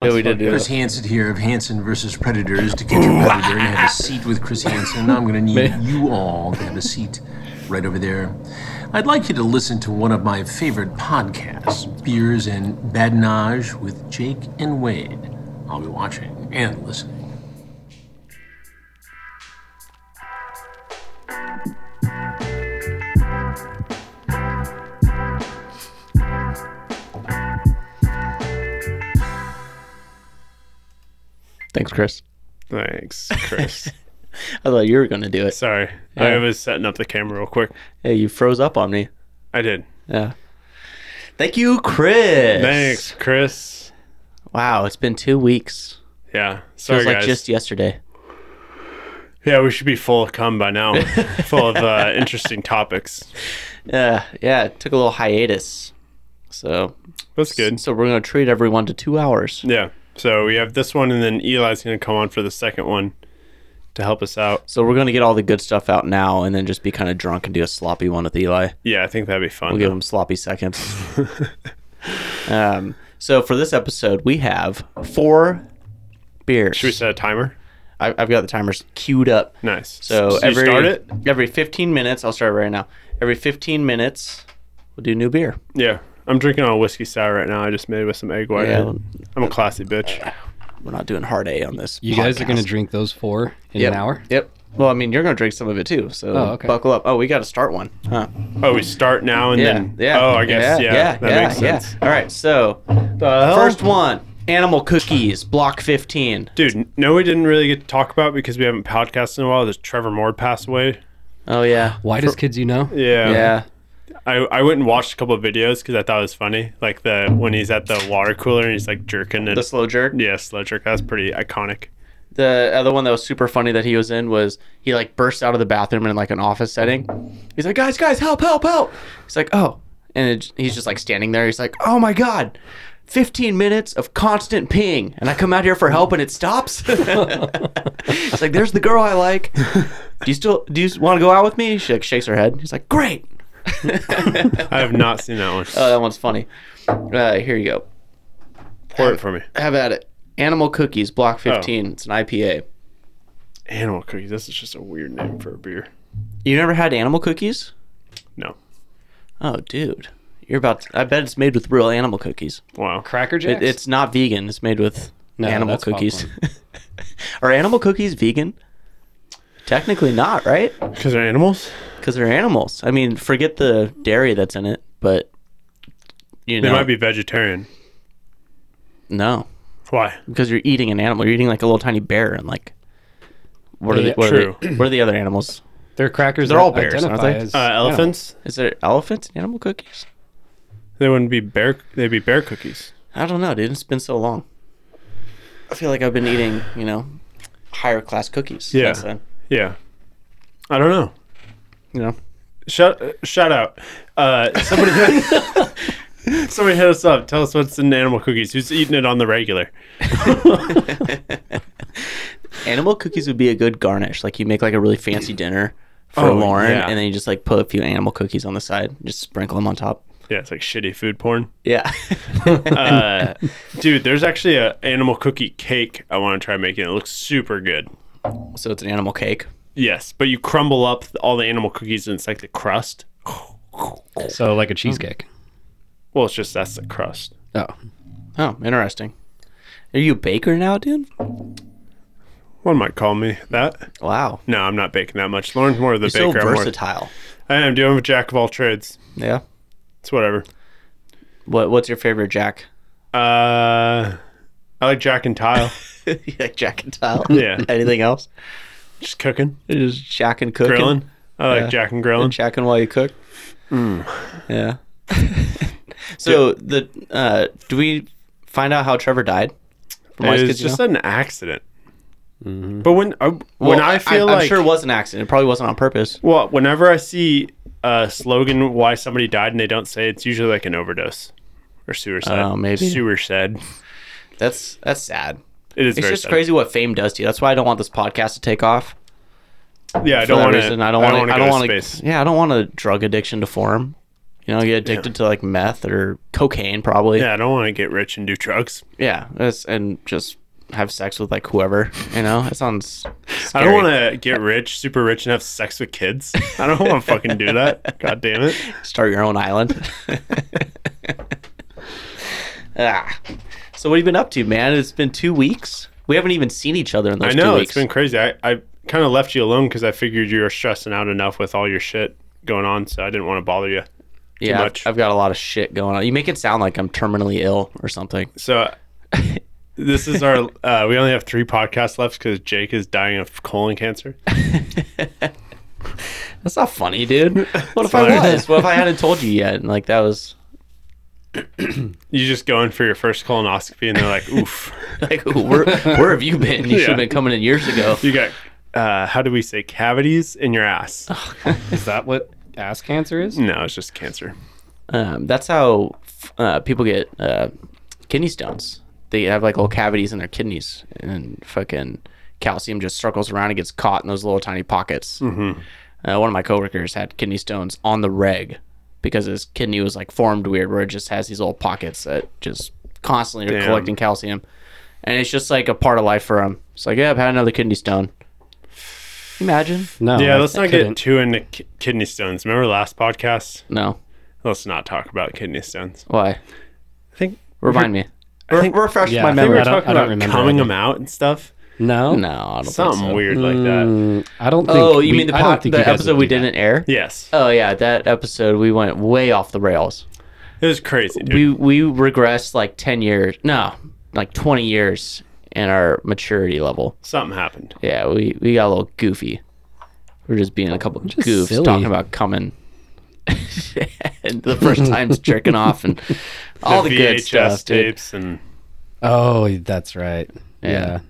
Yeah, we did do Chris that. Hansen here of Hansen versus Predators to get your predator and have a seat with Chris Hansen. I'm going to need you all to have a seat right over there. I'd like you to listen to one of my favorite podcasts, Beers and Badinage with Jake and Wade. I'll be watching and listening. Thanks, Chris. Thanks, Chris. I thought you were going to do it. Sorry. I was setting up the camera real quick. Hey, you froze up on me. I did. Yeah. Thank you, Chris. Thanks, Chris. Wow, it's been two weeks. Yeah. Sorry, Feels like guys. just yesterday. yeah, we should be full of cum by now, full of uh, interesting topics. Yeah, yeah. It took a little hiatus, so That's good. So we're gonna treat everyone to two hours. Yeah. So we have this one, and then Eli's going to come on for the second one to help us out. So we're gonna get all the good stuff out now, and then just be kind of drunk and do a sloppy one with Eli. Yeah, I think that'd be fun. We'll give him sloppy seconds. um. So for this episode, we have four beers. should we set a timer? I, I've got the timers queued up. Nice. So S- you every start it? every 15 minutes, I'll start right now. Every 15 minutes, we'll do new beer. Yeah. I'm drinking on a whiskey sour right now. I just made with some egg white. Yeah. I'm a classy bitch. We're not doing hard A on this. You guys are going to podcast. drink those four in Yep. an hour? Yep. Well, I mean, you're gonna drink some of it too, so Oh, okay. buckle up. Oh, we got to start one, huh? Oh, we start now and Yeah, then. yeah. Oh, I guess. Yeah. that yeah, makes yeah. sense. All right, so first one, animal cookies, block fifteen. Dude, n- no, we didn't really get to talk about because we haven't podcasted in a while. That Trevor Moore passed away. Oh yeah, Why does kids you know? Yeah, yeah. I, I went and watched a couple of videos because I thought it was funny. Like the when he's at the water cooler and he's like jerking and The slow jerk. yeah, slow jerk. That's pretty iconic. The other one that was super funny that he was in was he like burst out of the bathroom in like an office setting. He's like, guys, guys, help, help, help. He's like, oh, and it, he's just like standing there. He's like, oh my god. 15 minutes of constant ping and i come out here for help and it stops it's like there's the girl i like do you still do you want to go out with me she like shakes her head he's like great I have not seen that one. Oh, that one's funny. Uh, here you go. Pour it for me. Have at it. Animal Cookies, Block 15. It's an IPA. Animal cookies. This is just a weird name for a beer. You never had animal cookies? No. Oh, dude. You're about to- I bet it's made with real animal cookies. Wow. Cracker Jacks? It, it's not vegan. It's made with No, animal that's cookies. Are animal cookies vegan? Technically not, right? Because they're animals. Because they're animals. I mean, forget the dairy that's in it, but you They know, might be vegetarian. no, Why? because you're eating an animal. You're eating like a little tiny bear, and like, what are Yeah, the what true. are the, what are the other animals? they're crackers. They're that all bears, aren't identify they? as Uh, animals. elephants. Is there elephants in animal cookies? They wouldn't be bear. They'd be bear cookies. I don't know, dude. It's been so long. I feel like I've been eating, you know, higher class cookies. Yeah. since then, Yeah. I don't know. you know. Shout, uh, shout out. Uh, somebody, somebody hit us up. Tell us what's in animal cookies. Who's eating it on the regular? Animal cookies would be a good garnish. Like you make like a really fancy dinner for Oh, Lauren, yeah. and then you just like put a few animal cookies on the side, and just sprinkle them on top. Yeah, it's like shitty food porn. Yeah. Uh, dude, there's actually a animal cookie cake I want to try making. It looks super good. so it's an animal cake. Yes, but you crumble up all the animal cookies and it's like the crust. So, like a cheesecake. Well, it's just that's the crust. Oh. Oh, interesting. Are you a baker now, dude? One might call me that. Wow. No, I'm not baking that much. Lauren's more of the So baker. I'm more- versatile. I am doing a jack of all trades. Yeah. It's whatever. What What's your favorite Jack? Uh, I like Jack and Tile. You like Jack and Tile. Yeah. Anything else? just cooking, Just Jack and cooking. grilling. I like Yeah. Jack and grilling. checking while you cook. Hmm. Yeah. so the uh, do we find out how Trevor died? From Wise It was Kids, you just know? Mm-hmm. an accident. But when I, when Well, I feel I'm like sure it was an accident. It probably wasn't on purpose. well, whenever I see a slogan why somebody died and they don't say it's usually like an overdose or suicide. Oh, maybe. suicide. That's that's sad. It is It's very just sad. crazy what fame does to you. That's why I don't want this podcast to take off. Yeah, I For don't that want reason, to. I don't want to. I don't go want to to. space. Yeah, I don't want a drug addiction to form. You know, get addicted to like meth or cocaine, probably. Yeah, I don't want to get rich and do drugs. Yeah, that's- and just have sex with like whoever. You know, it sounds. I don't want to get rich, super rich, and have sex with kids. I don't want to fucking do that. God damn it. to start your own island. ah. So what have you been up to, man? It's been two weeks. We haven't even seen each other in those I know two it's weeks. been crazy. I, I kind of left you alone because I figured you were stressing out enough with all your shit going on, so I didn't want to bother you. yeah, I've- much. I've got a lot of shit going on. You make it sound like I'm terminally ill or something. So this is our. Uh, we only have three podcasts left because Jake is dying of colon cancer. That's not funny, dude. What if I hilarious. was? What if I hadn't told you yet? And like that was You just go in for your first colonoscopy, and they're like, "Oof, like ooh, where where have you been? You should have Yeah. been coming in years ago. you got." Uh, how do we say cavities in your ass? Oh, Is that what ass cancer Mm. is? No, it's just cancer. Um, that's how f- uh, people get uh, kidney stones. They have like little cavities in their kidneys, and fucking calcium just circles around and gets caught in those little tiny pockets. Mm-hmm. Uh, one of my coworkers had kidney stones on the reg because his kidney was like formed weird, where it just has these little pockets that just constantly are Damn. collecting calcium, and it's just like a part of life for him. It's like, yeah, I've had another kidney stone. Imagine? No. Yeah, Oh, I- let's I not get couldn't. too into ki- kidney stones. Remember last podcast? No. Let's not talk about kidney stones. Why? I think Remind me. I think, refresh yeah, my I we think memory. were I don't- talking I don't about remember coming either. them out and stuff. No. No, I don't think Something so. weird like that. Mm, I don't think. Oh, you we- mean the, I don't pod, think the you guys episode would we do that. didn't air? Yes, Oh yeah, that episode we went way off the rails. it was crazy, dude. We we regressed like ten years, no, like twenty years in our maturity level. Something happened. Yeah, we we got a little goofy. We're just being a couple just goofs silly. talking about coming. and the first time's jerking off and all the, good stuff, dude. tapes and Oh, that's right. Yeah.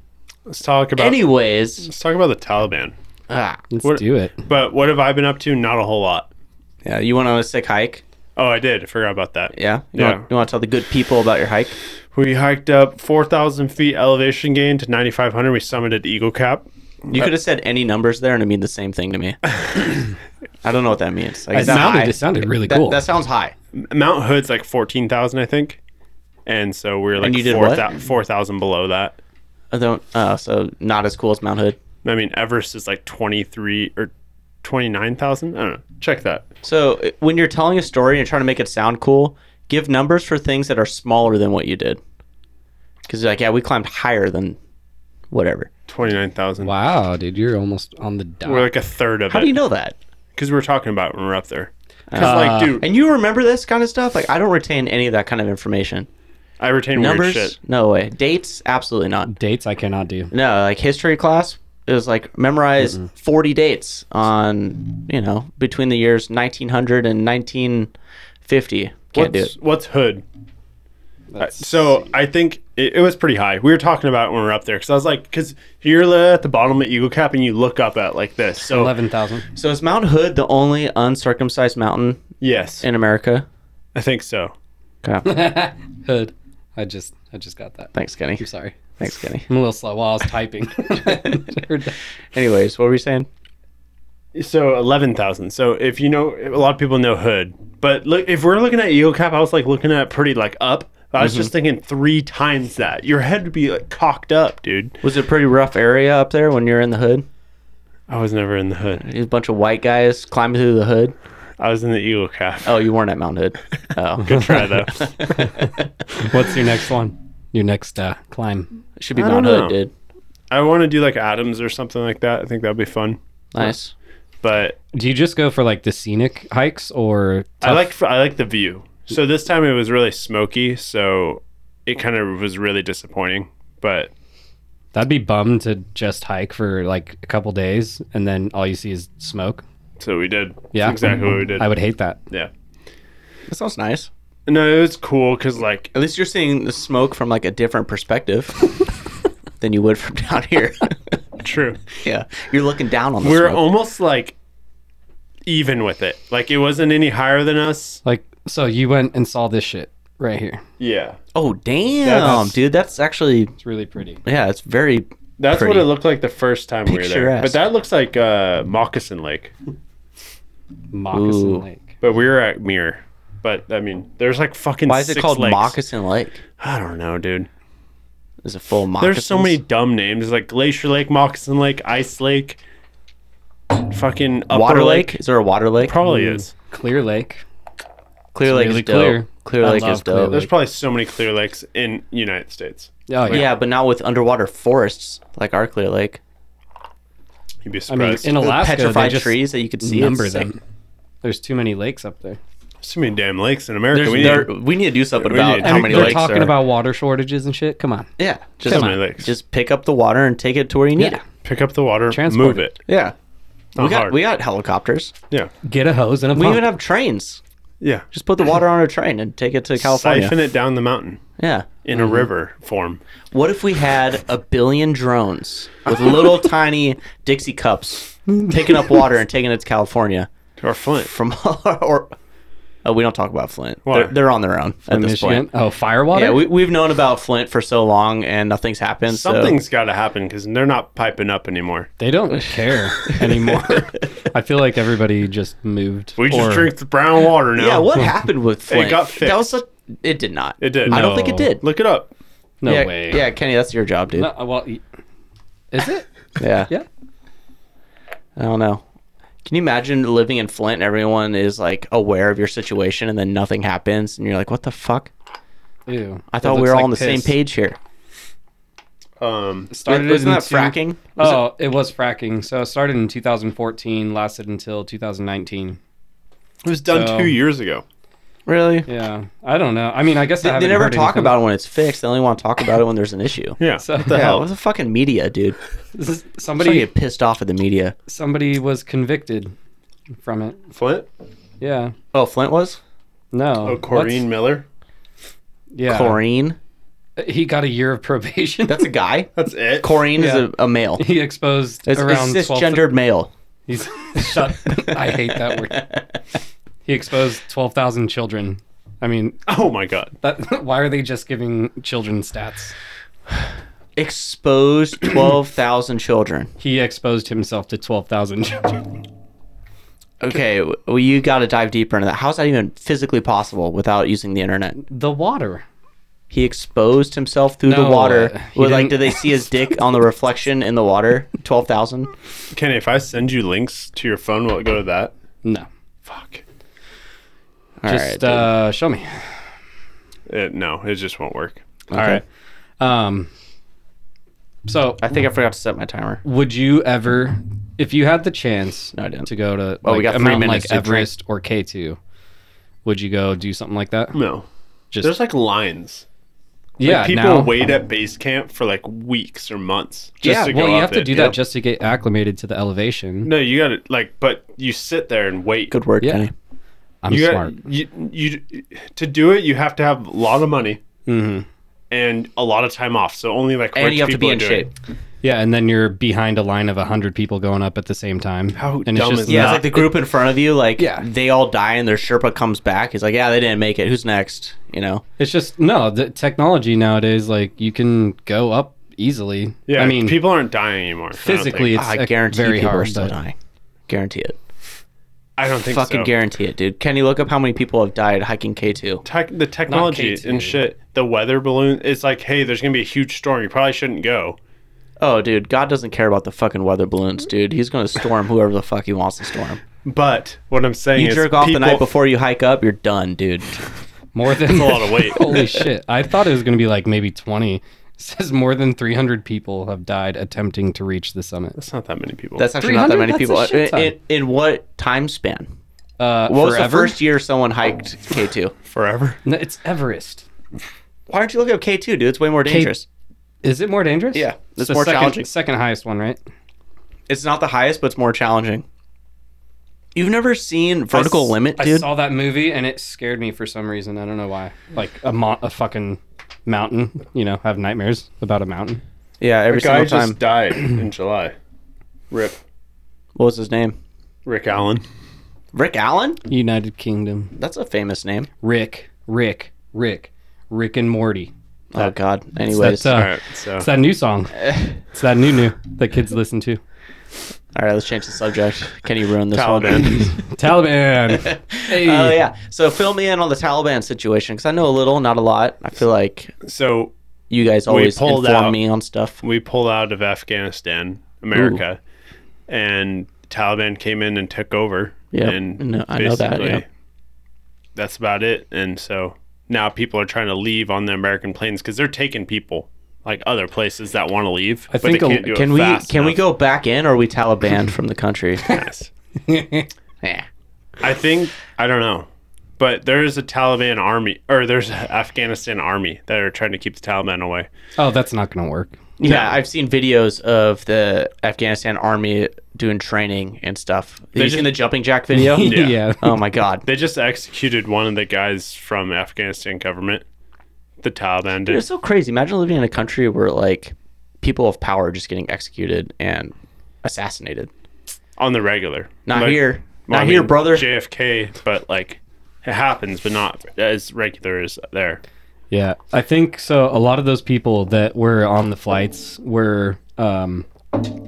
let's talk about Anyways, let's talk about the Taliban. ah, Let's What- do it. But what have I been up to? Not a whole lot. yeah, you went on a sick hike. Oh, I did. I forgot about that. Yeah, you Yeah. Want, you want to tell the good people about your hike? We hiked up 4,000 feet elevation gain to 9,500. We summited Eagle Cap. You could have said any numbers there and it mean the same thing to me. I don't know what that means. Like, It is that sounded, high? it sounded really that, cool. that sounds high. Mount Hood's like 14,000, I think. And so we are like you did 4,000 4,000 below that. I don't. Uh, so not as cool as Mount Hood. I mean, Everest is like 23 or 29,000. I don't know. Check that. So uh, when you're telling a story and you're trying to make it sound cool, give numbers for things that are smaller than what you did. Because like, yeah, we climbed higher than whatever. 29,000. wow, dude, you're almost on the dot. We're like a third of How Uh, it. do you know that? Because we were talking about it when we were up there. 'Cause, like, dude, And you remember this kind of stuff? Like I don't retain any of that kind of information. I retain Numbers? weird shit. No way. Dates? Absolutely not. Dates I cannot do. No, like history class, it was like memorize 40 dates on, you know, between the years 1900 and 1950. Can't do what's, it. what's Hood? So I think it, it was pretty high. We were talking about it when we were up there because I was like, because you're li- at the bottom of Eagle Cap and you look up at like this. So Eleven thousand. So is Mount Hood the only uncircumcised mountain yes, in America? I think so. Okay. Hood. I just, I just got that. Thanks, Kenny. I'm sorry. Thanks, Kenny. I'm a little slow while I was typing. Heard that. Anyways, what were we saying? So eleven thousand. So if you know, a lot of people know Hood, but look, if we're looking at Eagle Cap, I was like looking at it pretty like up. I Mm-hmm. was just thinking three times that. Your head would be like cocked up, dude. Was it a pretty rough area up there when you're in the hood? I was never in the Hood. A bunch of white guys climbing through the hood. I was in the Eagle Cap. Oh, you weren't at Mount Hood. Oh, Good try though. What's your next one? Your next uh, climb. it should be I don't Mount Hood, know. dude. I want to do like Adams or something like that. I think that'd be fun. Nice. But Do you just go for like the scenic hikes or? I like I like the view. So this time it was really smoky, so it kind of was really disappointing. But That'd be bummed to just hike for like a couple days and then all you see is smoke. so we did. That's Yeah. exactly what we did. I would hate that. yeah. That sounds nice. No, it was cool because like At least you're seeing the smoke from like a different persptive than you would from down here. true. yeah, you're looking down on the We were smoke. almost like even with it. Like it wasn't any higher than us. Like, so you went and saw this shit right here. Yeah. oh damn, That's- dude, that's actually It's really pretty. yeah, it's very That's Pretty what it looked like the first time we were there. But Picturesque. that looks like uh, Moccasin Lake. Moccasin Ooh. Lake. But we were at Mirror. But I mean, there's like fucking. Why is it six called lakes. Moccasin Lake? I don't know, dude. Is it full of moccasins? There's so many dumb names like Glacier Lake, Moccasin Lake, Ice Lake, fucking Upper Water lake? Mm. Is there a water lake? Probably is. Clear Lake. Clear Lake really is dope. clear. Clear, I Lake is love Clear dope. Lake. There's probably so many clear lakes in United States. Oh yeah. Yeah, but not with underwater forests like our Clear Lake. You'd be I mean, surprised. in Alaska, they Petrified just trees that you could see. number It's sick. them. There's too many lakes up there. There's so many damn lakes in America. There's- We there- need we, need, to do something we about need to how take- many They're lakes talking are- about water shortages and shit. Come on. Yeah, so just many lakes. just pick up the water and take it to where you need Yeah. it. pick up the water, Transport move it. it. Yeah, we Not got hard. we got helicopters. Yeah, Get a hose and a We pump. even have trains. yeah. Just put the water on a train and take it to California. Mm-hmm. Siphon it down the mountain Yeah. in a river form. What if we had a billion drones with little tiny Dixie cups picking up water and taking it to California Or Flint. from or oh, we don't talk about Flint. Why? They're, they're on their own at this Michigan. point. Oh, firewater. Yeah, we, we've known about Flint for so long and nothing's happened. so- Something's got to happen because they're not piping up anymore. they don't care anymore. I feel like everybody just moved. We just or- drink the brown water now. yeah, what happened with Flint? got fixed. That was such, it did not. It did. I don't think it No. did. Look it up. No yeah, way. yeah, Kenny, that's your job, dude. No, uh, well, y- is it? Yeah. Yeah. I don't know. Can you imagine living in Flint and everyone is like aware of your situation and then nothing happens and you're like, what the fuck? Ew. I thought we That were looks all like on the piss. same page here. Um, Started Wasn't in that two- fracking? Was Oh, it was fracking. So it started in 2014, lasted until 2019. it was done So- two years ago. it- really? Yeah, I don't know. I mean, I guess I They, haven't never heard talk anything. about it when it's fixed. They only want to talk about it when there's an issue. Yeah. So- what the yeah, hell? What's the fucking media, dude? S- Somebody Somebody, get pissed off at the media. somebody was convicted from it. Flint? Yeah. Oh, Flint was? No. Oh, What's- Corrine Miller. Yeah. Corrine. He got a year of probation. That's a guy. That's it. Corrine Yeah. is a, a male. he exposed It's, around it's 12 cisgendered male. He's shut. I hate that word. He exposed twelve thousand children. I mean, oh my God. that, why are they just giving children stats? Exposed 12,000 children. He exposed himself to twelve thousand children. Okay, w- well, you got to dive deeper into that. How's that even physically possible without using the internet? The water. He exposed himself through the No, water. uh, he Well, like, did didn't- they see his dick on the reflection in the water? Twelve thousand. Kenny, if I send you links to your phone, will it go to that? No. Fuck. All right. Just uh, show me. It, no, it just won't work. All right. Um. So, I think I forgot to set my timer. would you ever, if you had the chance No, I didn't. to go to Well, we like, got a three mountain minutes like to drink. Everest or K two, would you go do something like that? No. Just There's like lines. yeah. people now, wait at base camp for like weeks or months. Just yeah. to go well, you up have to it. do Yep. that just to get acclimated to the elevation. No, you got to like, but you sit there and wait. Good work, Yeah. Kenny. I'm You smart. got you, you to do it. You have to have a lot of money Mm-hmm. and a lot of time off. So only like And rich you have to people be are in doing shape. it. Yeah, and then you're behind a line of hundred people going up at the same time. How and dumb is Yeah, it's Nah. like the group in front of you. Like, Yeah. they all die, and their Sherpa comes back. He's like, "Yeah, they didn't make it. Who's next?" You know. It's just no. The technology nowadays, like you can go up easily. Yeah, I mean, people aren't dying anymore. I don't physically, think. it's I like, guarantee very people hard. are still but- dying. Guarantee it. I don't think Fucking so. guarantee it, dude. Kenny, look up how many people have died hiking K two. Tech, the technology K2. and shit, the weather balloon. It's like, hey, there's gonna be a huge storm. You probably shouldn't go. Oh, dude, God doesn't care about the fucking weather balloons, dude. He's gonna storm whoever the fuck he wants to storm. But what I'm saying You is, jerk off the people- night before you hike up, you're done, dude. More than A lot of weight. Holy shit! I thought it was gonna be like maybe twenty. It says more than three hundred people have died attempting to reach the summit. It's not that many people. That's actually not that 300? many That's a people. shit In, ton. in, in what time span? Uh, What was the forever? first year someone hiked K2? forever. No, it's Everest. Why don't you look up K2, dude? It's way more dangerous. Is it more dangerous? Yeah, it's the more second, challenging. Second highest one, right? It's not the highest, but it's more challenging. You've never seen Vertical I s- Limit, I dude? saw that movie and it scared me for some reason. I don't know why. Like a mo- a fucking mountain, you know, have nightmares about a mountain. yeah, every single Guy just time. died in July. Rip. What was his name? Rick Allen. Rick Allen? United Kingdom. That's a famous name. Rick, Rick, Rick, Rick and Morty. Oh, God. Anyways. That's uh, All right, so it's that new song. it's that new new that kids listen to. All right, let's change the subject. Can you ruin this one? Taliban. Taliban. hey. Oh yeah. So fill me in on the Taliban situation because I know a little, not a lot. I feel like so you guys always pulled inform out- me on stuff. we pulled out of Afghanistan, America, and Taliban came in and took over. Yeah, and no, I know that, basically yeah. That's about it. And so now people are trying to leave on the American planes because they're taking people like other places that want to leave. I but they think a- can't do Can it we fast can we enough. go back in? or Are we Taliban from the country? Yes. yeah. I think I don't know, but there is a Taliban army or there's an Afghanistan army that are trying to keep the Taliban away. Oh, that's not gonna work. Yeah, I've seen videos of the Afghanistan army doing training and stuff. Have you just- seen the jumping jack video? Yeah. Oh my god. They just executed one of the guys from Afghanistan government. The Taliban did. It's so crazy. Imagine living in a country where like people of power are just getting executed and assassinated. on the regular. Not Like- here. well, Not I here, mean, brother. JFK, but like it happens, but not as regular as there. Yeah, I think so. A lot of those people that were on the flights were um,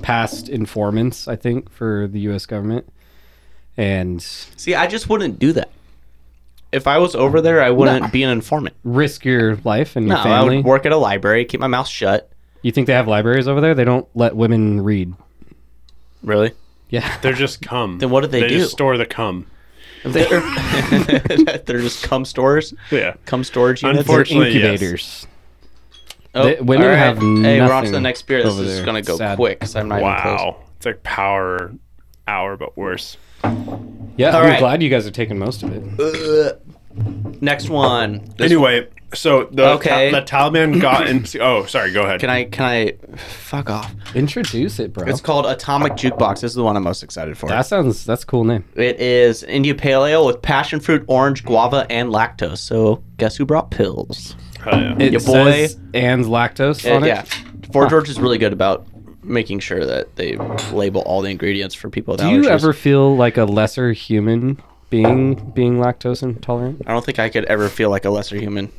past informants, I think, for the U.S. government. And See, I just wouldn't do that. If I was over there, I wouldn't be an informant. risk your life and your No, I family. would work at a library, keep my mouth shut. You think they have libraries over there? They don't let women read. Really? Yeah, They're just cum. Then what do they They do? just store the cum. They're, they're just cum stores. Yeah. Cum storage units. Unfortunately, incubators. Oh, They- women all have Hey, we're on to the nothing next beer. This over is there. gonna go Sad. quick because I'm not even close. Wow, it's like power hour, but worse. Yeah, All I'm right. glad you guys are taking most of it. Next one. This- Anyway, so the Okay. the Taliban got into. Oh, sorry. Go ahead. Can I? Can I? Fuck off. Introduce it, bro. It's called Atomic Jukebox. This is the one I'm most excited for. that sounds that's a cool name. it is India Paleo with passion fruit, orange, guava, and lactose. So guess who brought pills? Oh, yeah. It Your boy- says and lactose Uh, on it. yeah, Fort George is really good about making sure that they label all the ingredients for people. With Do you allergies. ever feel like a lesser human being being lactose intolerant? I don't think I could ever feel like a lesser human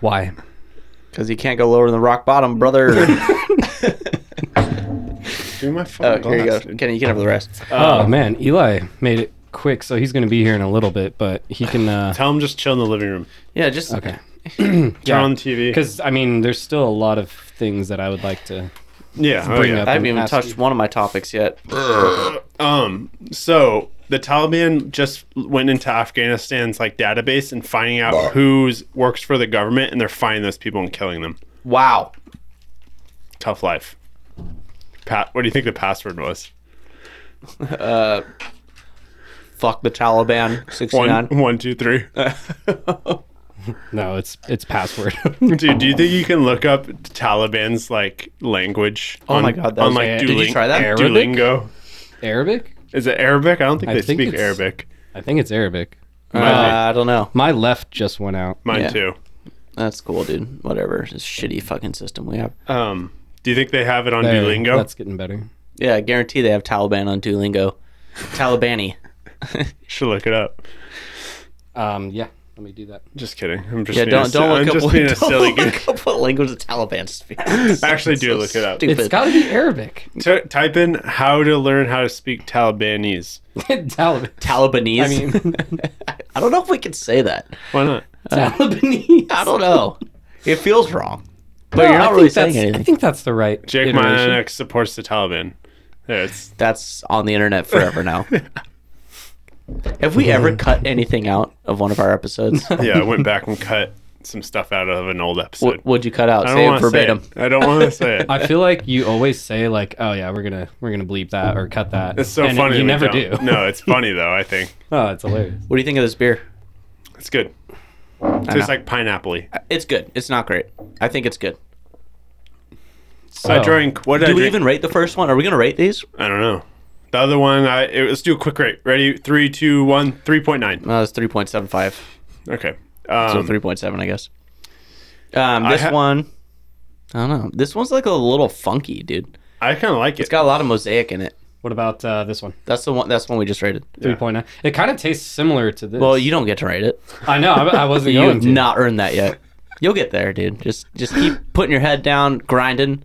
Why? because you can't go lower than the rock bottom, brother. Give me my oh, fucking here you go. glass, dude. Kenny, you can have the rest. oh man, Eli made it quick, so he's gonna be here in a little bit, but he can. Uh, Tell them just chill in the living room. yeah, just okay. Turn on the TV. Because I mean, there's still a lot of things that I would like to. Yeah. oh, bring yeah. up- I haven't even Ask touched you. one of my topics yet. Um, so the Taliban just went into Afghanistan's like database and finding out who's works for the government, and they're finding those people and killing them. Wow. Tough life. Pat, what do you think the password was? Fuck the Taliban. 69. One, one, two, three. No, it's it's password. Dude, do you think you can look up Taliban's like language? Oh my God, that on was- like Did you Duoling- try that? Duolingo? Arabic? Is it Arabic? I don't think I they think speak it's- Arabic. I think it's Arabic. Uh, I don't know. My left just went out. Mine yeah. too. That's cool, dude. Whatever. This shitty fucking system we have. Uh, Um, do you think they have it on There, Duolingo? That's getting better. Yeah, I guarantee they have Taliban on Duolingo. Talibani. Should look it up. Um, yeah, let me do that. Just kidding. I'm just Yeah, being a don't si- don't look I'm up just what, being a don't silly goose. look up what language the Taliban speaks. Actually, do So look it up. Stupid. It's got to be Arabic. T- type in how to learn how to speak Talibanese. Taliban. Talibanese. I mean, I don't know if we could say that. Why not? Talibanese. I don't know. It feels wrong. But No, you're I not think really saying that's- anything. I think that's the right. Jake iteration. Monax supports the Taliban. There, it's that's on the internet forever now. have we ever cut anything out of one of our episodes? yeah. I went back and cut some stuff out of an old episode. what would you cut out? I Say don't it want to say verbatim. it. I don't want to say it. I feel like you always say like, "Oh yeah, we're gonna we're gonna bleep that or cut that." It's so And funny. You we never don't. do. No, it's funny though. I think Oh, it's hilarious. What do you think of this beer? it's good. Tastes like pineapple. It's good. It's not great. I think it's good. So, I drank. What did I Do we drink? even rate the first one? Are we gonna rate these? I don't know. The other one. I it, let's do a quick rate. Ready? Three, two, one. Three point nine. No, Uh, it's three point seven five. Okay. So Um, three point seven, I guess. Um, this ha- one, I don't know. This one's like a little funky, dude. I kind of like it. It's got a lot of mosaic in it. What about uh, this one? That's the one. That's the one we just rated. Three point nine. It kind of tastes similar to this. Well, you don't get to rate it. I know. I, I wasn't You going have to. not earned that yet. You'll get there, dude. Just just keep putting your head down, grinding.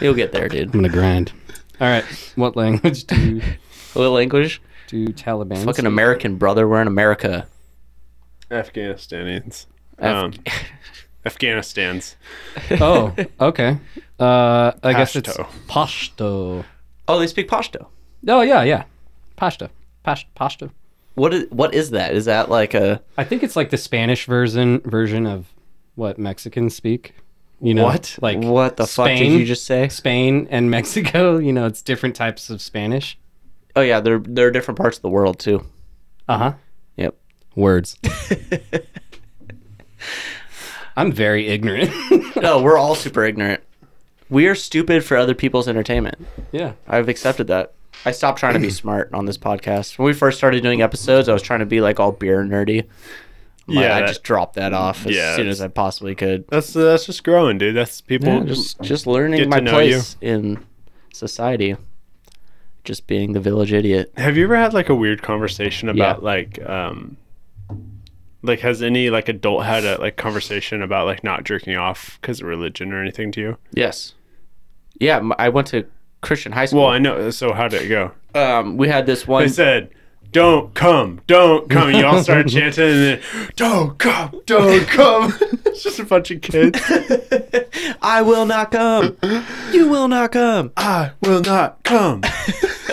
You'll get there, dude. I'm gonna grind. All right. What language do you, A little English. do Taliban? Fucking American, brother. We're in America. Afghanistanians. Um, Afghanistan's. Oh, okay. Uh, I guess it's Pashto. Pashto. Oh, they speak Pashto. Oh yeah, yeah. Pashto. Pash Pashto. What is what is that? Is that like a I think it's like the Spanish version version of what Mexicans speak. You know What? Like What the fuck did you just say? Spain and Mexico. You know, it's different types of Spanish. oh yeah, there there are different parts of the world too. Uh huh. Yep. Words. I'm very ignorant. No, we're all super ignorant. We are stupid for other people's entertainment. yeah. I've accepted that. I stopped trying to be smart on this podcast. When we first started doing episodes, I was trying to be like all beer nerdy. Like, Yeah, I that- just dropped that off as yeah, soon as it's- I possibly could. That's that's just growing, dude. That's people. Yeah, just just learning get my to know you. place in society. Just being the village idiot. Have you ever had like a weird conversation about Yeah. like um like has any like adult had a like conversation about like not jerking off because of religion or anything to you? Yes. Yeah, m- I went to Christian high Well, school. I know. So how did it go? um, we had this one. They said, "Don't come, don't come." And you all started chanting, and then, "Don't come, don't come." it's just a bunch of kids. I will not come. you will not come. I will not come.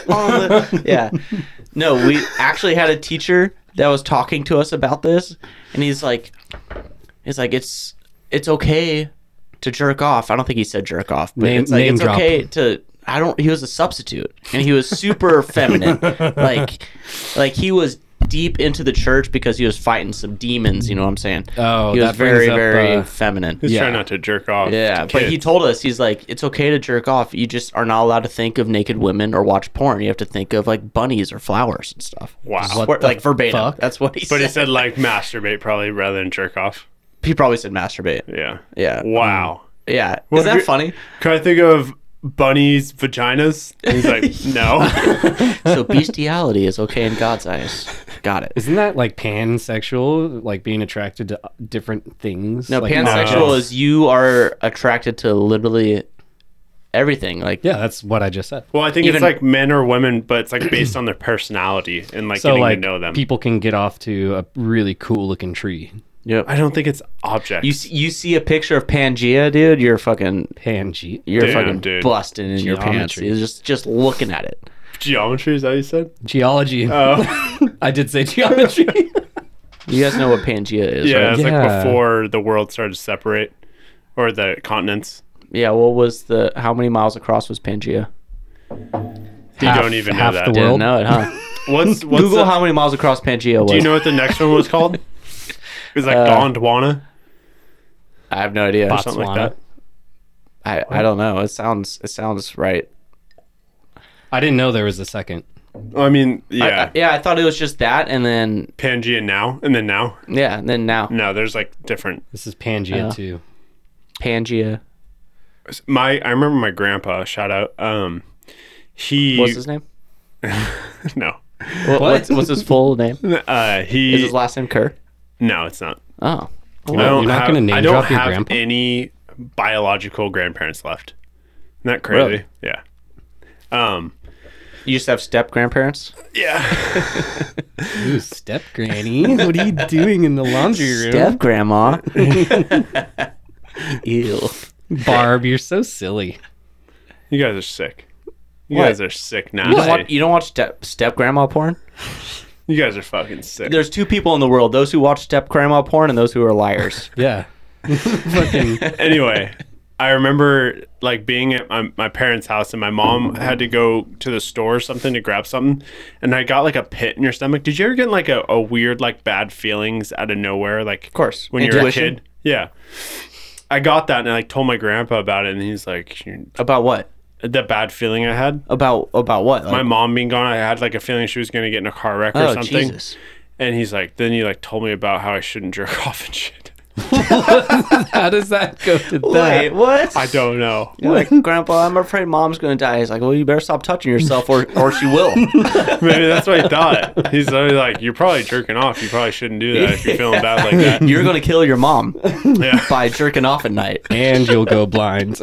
on the- yeah. No, we actually had a teacher that was talking to us about this, and he's like, he's like, it's it's okay to jerk off. I don't think he said jerk off, but Name- it's like name it's drop. okay to. I don't. He was a substitute, and he was super feminine. Like, like he was deep into the church because he was fighting some demons. You know what I'm saying? Oh, he was that brings very, up, very uh, feminine. Just Yeah. Try not to jerk off. Yeah, to but he kids. told us he's like, it's okay to jerk off. You just are not allowed to think of naked women or watch porn. You have to think of like bunnies or flowers and stuff. wow. What Swear- the like verbatim. fuck? That's what he But he said. said like masturbate probably rather than jerk off. He probably said masturbate. Yeah. Yeah, Wow. yeah. Well, Is that you're- funny? Um, Can I think of bunnies' vaginas? He's like, no. so bestiality is okay in God's eyes. Got it. Isn't that like pansexual? Like being attracted to uh, different things? No, like, not pansexual just- is you are attracted to literally everything. Like Yeah, that's what I just said. Well, I think Even- it's like men or women, but it's like based on their personality and like So getting like to know them. people can get off to a really cool looking tree. Yep. I don't think it's objects. you s- you see a picture of Pangea, dude. You're fucking Pangea. you're Damn, fucking dude. busting in your pants. Geometry. You're just just looking at it. Geometry is that what you said? Geology. Oh, I did say geometry. You guys know what Pangea is, right? yeah. It's Yeah. like before the world started to separate, or the continents. Yeah, what was the how many miles across was Pangea? You Half- don't even know half that. the dude. Didn't world. know it, huh? What's what's Google the- how many miles across Pangea was. Do you know what the next one was called? It was like Gondwana, I have no idea. something like Botswana. that. I, I don't know. It sounds it sounds right. I didn't know there was a second. I mean, I- I- yeah, yeah, I thought it was just that and then Pangea now and then now. yeah, and then now No, there's like different. This is Oh. Pangea too. Pangea. My I remember my grandpa. Shout out. Um, he What's his name? no. What? What's, what's his full name? Uh, he Is his last name Kerr? no, it's not. Oh. I don't you're not have, gonna name I don't drop your have grandpa? any biological grandparents left. Isn't that crazy? Yeah. Um. You just have step grandparents? Yeah. Ooh, step granny. what are you doing in the laundry room? Step grandma. Ew. Barb, you're so silly. You guys are sick. You What? guys are sick now. You don't, watch, you don't watch step, step grandma porn? You guys are fucking sick. There's two people in the world those who watch step grandma porn and those who are liars. Yeah. Fucking anyway, I remember like being at my, my parents' house, and my mom had to go to the store or something to grab something, and I got like a pit in your stomach. Did you ever get like a, a weird like bad feelings out of nowhere? Like, of course. when you're a Intuition. kid, yeah. I got that, and I like, told my grandpa about it, and he's like, "You- About what? "The bad feeling I had." About about what? My Like- mom being gone, I had like a feeling she was gonna get in a car wreck or oh something. Jesus! And he's like, then you like told me about how I shouldn't jerk off and shit. how does that go to Wait, that? what? I don't know. You're like, Grandpa, I'm afraid mom's gonna die. He's like, well, you better stop touching yourself, or or she will. Maybe that's what he thought. He's literally like, "You're probably jerking off. You probably shouldn't do that if you're feeling bad like that." You're gonna kill your mom Yeah. by jerking off at night. And you'll go blind.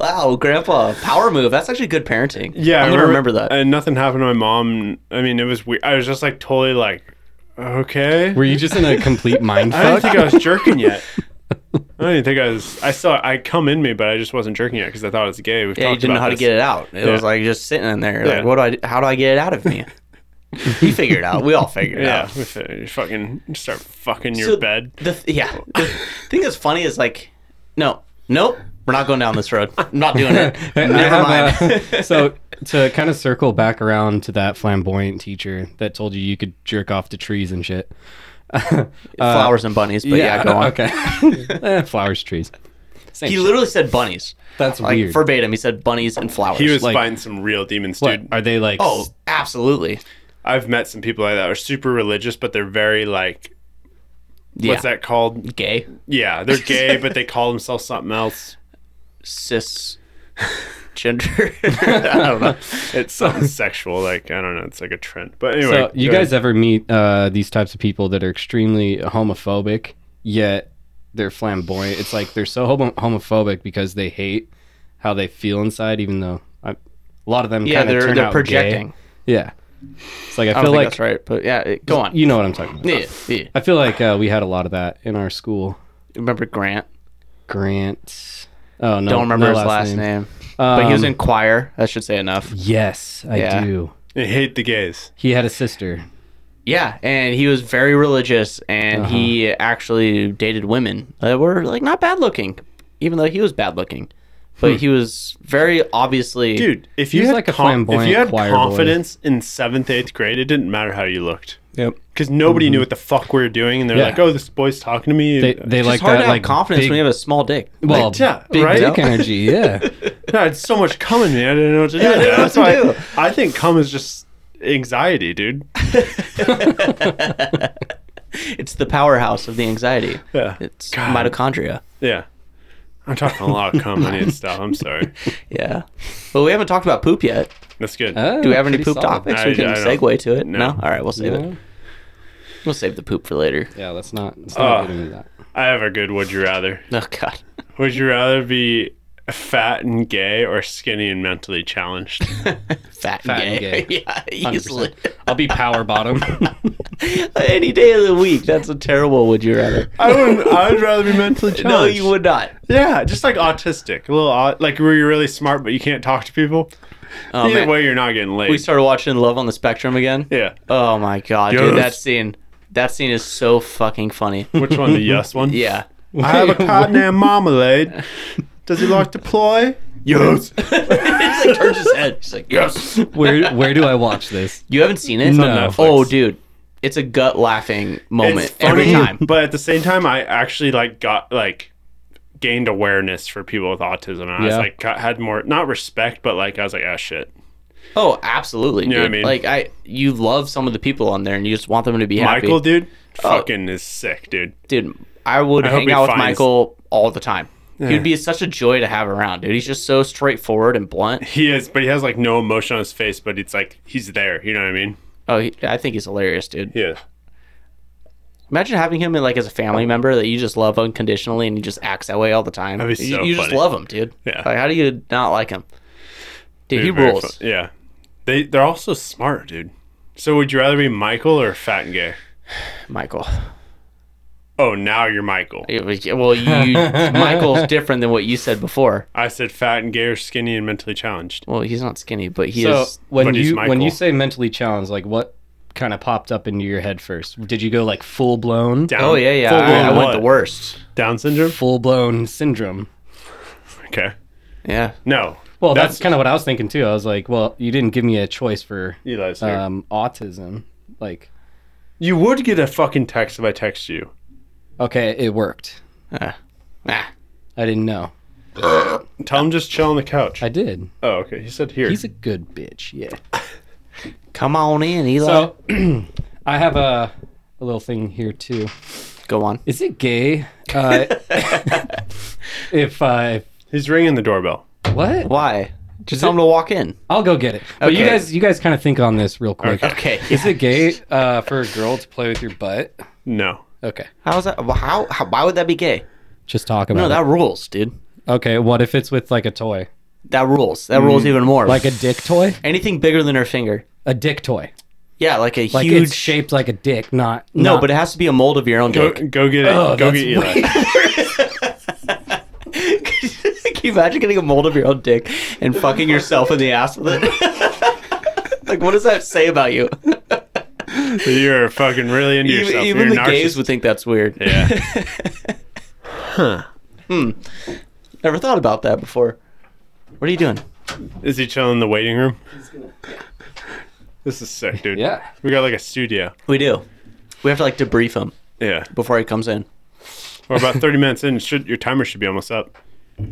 Wow, grandpa, power move. That's actually good parenting. Yeah, I'm I gonna remember that. And nothing happened to my mom. I mean, it was weird. I was just like totally like, okay. Were you just in a complete mind I didn't fuck? think I was jerking yet. I didn't think I was. I saw I come in me, but I just wasn't jerking yet because I thought it was gay. We've yeah, you talked didn't know about how to this. get it out. It was Yeah. like just sitting in there. Yeah. Like, what do I? do- How do I get it out of me? he figured it out. We all figured it Yeah, out. with it, you fucking start fucking your So bed. The th- yeah. The thing that's funny is like, no, nope, we're not going down this road. I'm not doing it. I Never mind. have a- so to kind of circle back around to that flamboyant teacher that told you you could jerk off to trees and shit. Flowers and bunnies, but yeah, go on. Okay. Eh, flowers, trees. Same He shit. literally said bunnies. That's like weird. verbatim. He said bunnies and flowers. He was like- finding some real demons, What, dude. are they like? Oh, absolutely. I've met some people like that are super religious, but they're very like, Yeah. what's that called? Gay, Yeah, they're gay, but they call themselves something else. cis, gender. I don't know. It's something sexual. Like I don't know. It's like a trend. But so anyway, you go guys ahead. ever meet uh, these types of people that are extremely homophobic, yet they're flamboyant? It's like they're so homo- homophobic because they hate how they feel inside, even though I, a lot of them Yeah, kinda they're turn they're out gay. projecting. Yeah, it's like I, I don't feel think like that's right, but yeah, it, go on. you know what I'm talking about. yeah, yeah. I feel like uh, we had a lot of that in our school. Remember Grant? Grant. Oh no, Don't remember no his last name, but he was Um, in choir. That should say enough. Yes, I Yeah. do. I hate the gays. He had a sister. Yeah, and he was very religious, and he actually dated women that were like not bad looking, even though he was bad looking. But he was very obviously dude. If He you was had like a com- if flamboyant you had choir boy. confidence in seventh, eighth grade, it didn't matter how you looked Yep. because nobody knew what the fuck we were doing, and they're Mm-hmm. Yeah. like, "Oh, this boy's talking to me." They they It's like hard that to have like confidence big, when you have a small dick. well yeah, big right? dick energy. Yeah. no, I had so much cum in me. I didn't know what to do. didn't know That's what why to do. I, think cum is just anxiety, dude. It's the powerhouse of the anxiety. Yeah, It's God. mitochondria. yeah. I'm talking a lot of cum. I need to stop. I'm sorry. Yeah, but we haven't talked about poop yet. That's good. Uh, Do we have any poop topic? topics? we I- can I don't- segue to it. no. No? All right, we'll save it. We'll save the poop for later. Yeah, let's not. Let's not Uh, get into that. I have a good. Would you rather? Oh God. Would you rather be fat and gay or skinny and mentally challenged? Fat, Fat and gay. and yeah, 100%. easily. I'll be power bottom. Any day of the week. That's a terrible would you rather. I would. I would rather be mentally challenged. No, you would not. Yeah, just like autistic, a little au- like where you're really smart but you can't talk to people. Oh, Either man. way, you're not getting laid. We started watching Love on the Spectrum again. yeah, Oh my god, Yes. dude, that scene. That scene is so fucking funny. which one? The yes one. Yeah. I have a cod named Marmalade. Does he like to ploy? Yes. Oh, He's like turns his head. He's like, yes. Where where do I watch this? You haven't seen it? No. on Netflix. Oh, dude. It's a gut laughing moment It's funny, every time. but at the same time, I actually like got like gained awareness for people with autism, and I was Yeah. like got, had more not respect, but like I was like, oh shit, Oh, absolutely. Dude. know what I mean? Like I you love some of the people on there and you just want them to be happy. Oh. Michael, dude, fucking is sick, dude. dude, I would hope hang he out with finds- Michael all the time. He'd be such a joy to have around, dude. He's just so straightforward and blunt. He is, but he has like no emotion on his face, but it's like he's there. You know what I mean? Oh, he, I think he's hilarious, dude. Yeah. Imagine having him like as a family member that you just love unconditionally, and he just acts that way all the time. That'd be you so you just funny. love him, dude. Yeah. Like, how do you not like him? Dude, he Dude, very rules. fun- Yeah, they they're also smart, dude. So would you rather be Michael or fat and gay? Michael. Oh, now you're Michael. It was- well, you Michael's different than what you said before. I said fat and gay or skinny and mentally challenged. Well, he's not skinny, but he so is. when but he's you when Michael. you say mentally challenged, like what kind of popped up into your head first? Did you go like full blown? Down. Oh yeah, yeah. Full I, blown I went what? the worst. Down syndrome. Full blown syndrome. Okay. Yeah. No. Well, that's, kind of what I was thinking too. I was like, well, you didn't give me a choice for Eli's here. um, autism. Like, you would get a fucking text if I text you. okay, it worked. Ah. Ah. I didn't know. Tell him just chill on the couch. I did. oh, okay. He said here. He's a good bitch. Yeah. Come on in, Eli. So, I have a, a little thing here too. Go on. Is it gay? Uh, if I He's ringing the doorbell. what? Why? Just tell him to walk in. I'll go get it. But you Okay. guys, you guys kind of think on this real quick. Okay. Is it gay uh, for a girl to play with your butt? No. Okay. How's that? How, how? Why would that be gay? Just talk about No, it. that rules, dude. Okay, what if it's with like a toy? That rules. That rules even more. Mm. Like a dick toy? anything bigger than her finger. A dick toy. Yeah, like a Like huge it's shaped like a dick, not No, not- but it has to be a mold of your own Go, dick. go get it. Oh, go that's get Eli. Can you imagine getting a mold of your own dick and fucking yourself in the ass with it? like, what does that say about you? You're fucking really into Even, yourself. even You're the narciss- gays would think that's weird. Hmm. Yeah. Never thought about that before. What are you doing? Is he chilling in the waiting room? This is sick, dude. Yeah. We got like a studio. We do. We have to like debrief him Yeah. before he comes in. We're about 30 minutes in. Should Your timer should be almost up.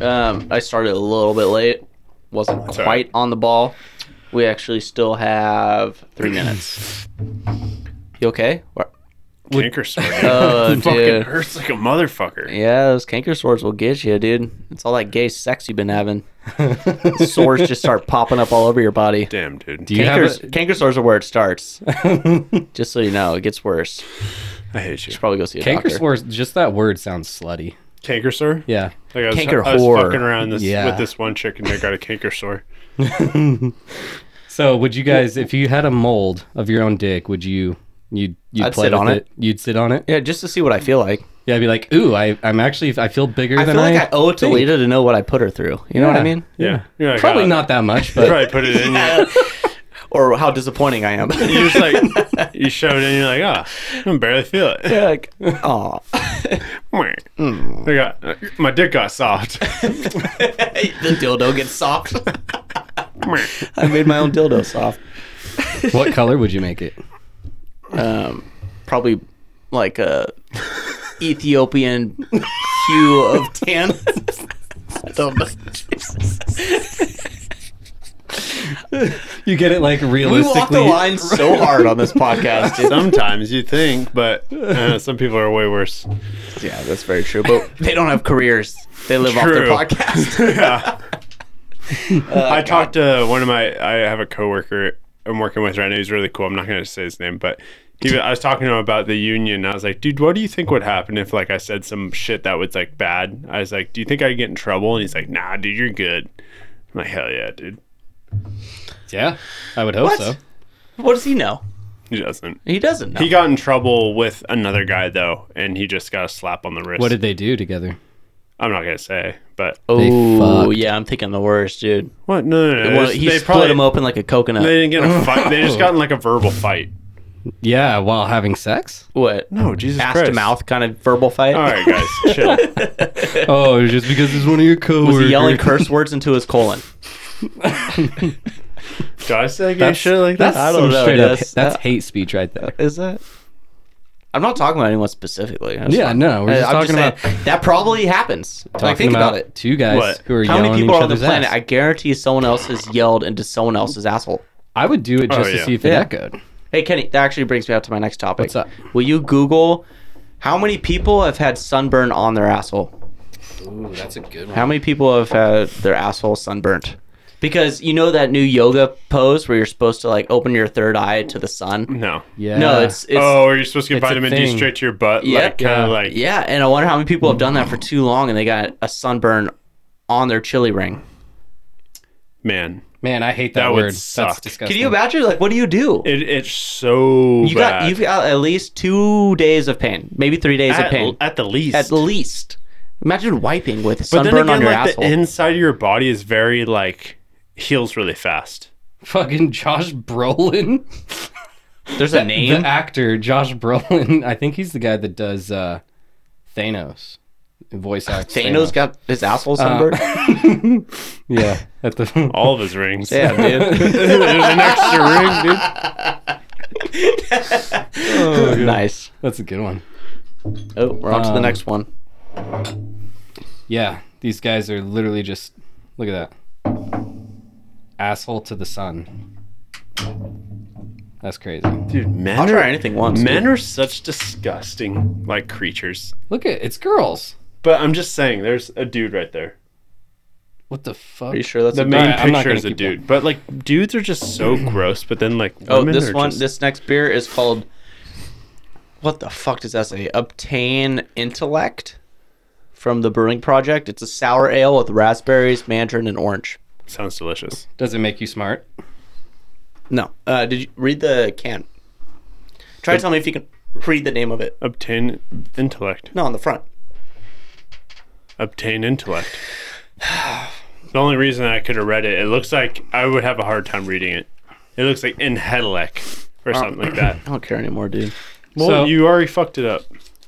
Um, I started a little bit late. Wasn't all quite right. on the ball. We actually still have three minutes. You okay? What- Canker sword. dude. Oh, fucking dude. hurts like a motherfucker. Yeah, those canker sores will get you, dude. It's all that gay sex you've been having. sores just start popping up all over your body. Damn, dude. you have Canker, a- canker sores are where it starts. just so you know, it gets worse. I hate you. Probably go see a canker doctor. sores. Just that word sounds slutty. Canker sore? Yeah. Like I was, Canker I was whore. fucking around this, Yeah. with this one chick and I got a canker sore. So would you guys, if you had a mold of your own dick, would you you'd you'd I'd play sit with on it? it. You'd sit on it. Yeah, just to see what I feel like. Yeah, I'd be like, ooh, I I'm actually I feel bigger I than feel like I, owe it to think." Lita to know what I put her through. You know what I Yeah. mean? Yeah. You're like, Probably "Oh, not that much, but Probably put it in. you Or how disappointing I am. you just like, you show it in. You're like, ah, I can barely feel it. Yeah, like, aw. I got, my dick got soft. the dildo gets soft. I made my own dildo soft. what color would you make it? um, probably like a Ethiopian hue of tan. I don't know. You get it like we walk the realistically. line so hard on this podcast. dude. Sometimes you think, but uh, some people are way worse. yeah, that's very true. But they don't have careers; they live True. off their podcast. Yeah. Uh, I talked to one of my. I have a coworker I'm working with right now. He's really cool. I'm not going to say his name, but he, I was talking to him about the union. I was like, dude, what do you think would happen if like I said some shit that was like bad? I was like, do you think I'd get in trouble? And he's like, nah, dude, you're good. I'm like, hell yeah, dude. yeah, I would hope What? so. what does he know? He doesn't. He doesn't know. He got in trouble with another guy though, and he just got a slap on the wrist. What did they do together? I'm not gonna say, but oh, fucked. yeah, I'm thinking the worst, dude. what? No, no, no. Well, It's- he they split him open like a coconut. They didn't get in a fight. They just got in like a verbal fight. Yeah, while having sex. what? No, Jesus Ass Christ. to mouth kind of verbal fight. All right, guys, chill. Oh, just because it's one of your coworkers. Was he yelling curse words into his colon? Do I say gay shit like that? That's I don't some know, straight up. that's- that's that- hate speech right there. Is that? I'm not talking about anyone specifically. I just- Yeah, no, we're I- just I'm talking about saying, that probably happens. like, talking think about, it. Two guys What? who are How yelling many people each are on the other's planet? ass. I guarantee someone else has yelled into someone else's asshole. I would do it just Oh, to yeah. see if it Yeah. echoed. Hey, Kenny, that actually brings me up to my next topic. What's up? Will you Google how many people have had sunburn on their asshole? Ooh, that's a good one. How many people have had their asshole sunburnt? Because you know that new yoga pose where you're supposed to like open your third eye to the sun. No. yeah. No, it's it's oh, are you supposed to get it's a vitamin D thing. straight to your butt? Like, Yep. kind of Yeah. like. Yeah, and I wonder how many people have done that for too long and they got a sunburn on their chili ring. Man, man, I hate that, That would word. That's suck. disgusting. Can you imagine? Like, what do you do? it, it's so you bad. got you've got at least two days of pain, maybe three days at, of pain at the least. at least. Imagine wiping with but sunburn then again, on your like asshole. the inside of your body is very like heals really fast. Fucking Josh Brolin, There's a name. the actor Josh Brolin. I think he's the guy that does uh, Thanos, voice actor. Thanos got his asshole sunburned. Yeah, at the All of his rings. yeah, dude. There's an extra ring, dude. nice. that's a good one. Oh, we're on to Um, the next one. Yeah, these guys are literally just look at that asshole to the sun. That's crazy. Dude, men I'll are try anything once. men dude. are such disgusting like creatures. Look at it's girls. But I'm just saying, there's a dude right there. What the fuck? Are you sure that's The a main Alright, I'm not picture gonna is a keep dude, but like dudes are just so gross. But then like Oh, women this are one, just- this next beer is called. What the fuck does that say? Obtain intellect from the Brewing Project. It's a sour ale with raspberries, mandarin, and orange. Sounds delicious. Does it make you smart? No. Uh, did you read the can? Try to tell me if you can read the name of it. Obtain intellect. No, on the front. Obtain intellect. the only reason I could have read it, it looks like I would have a hard time reading it. It looks like inhedelec or something like that. I don't care anymore, dude. Well, So- you already fucked it up.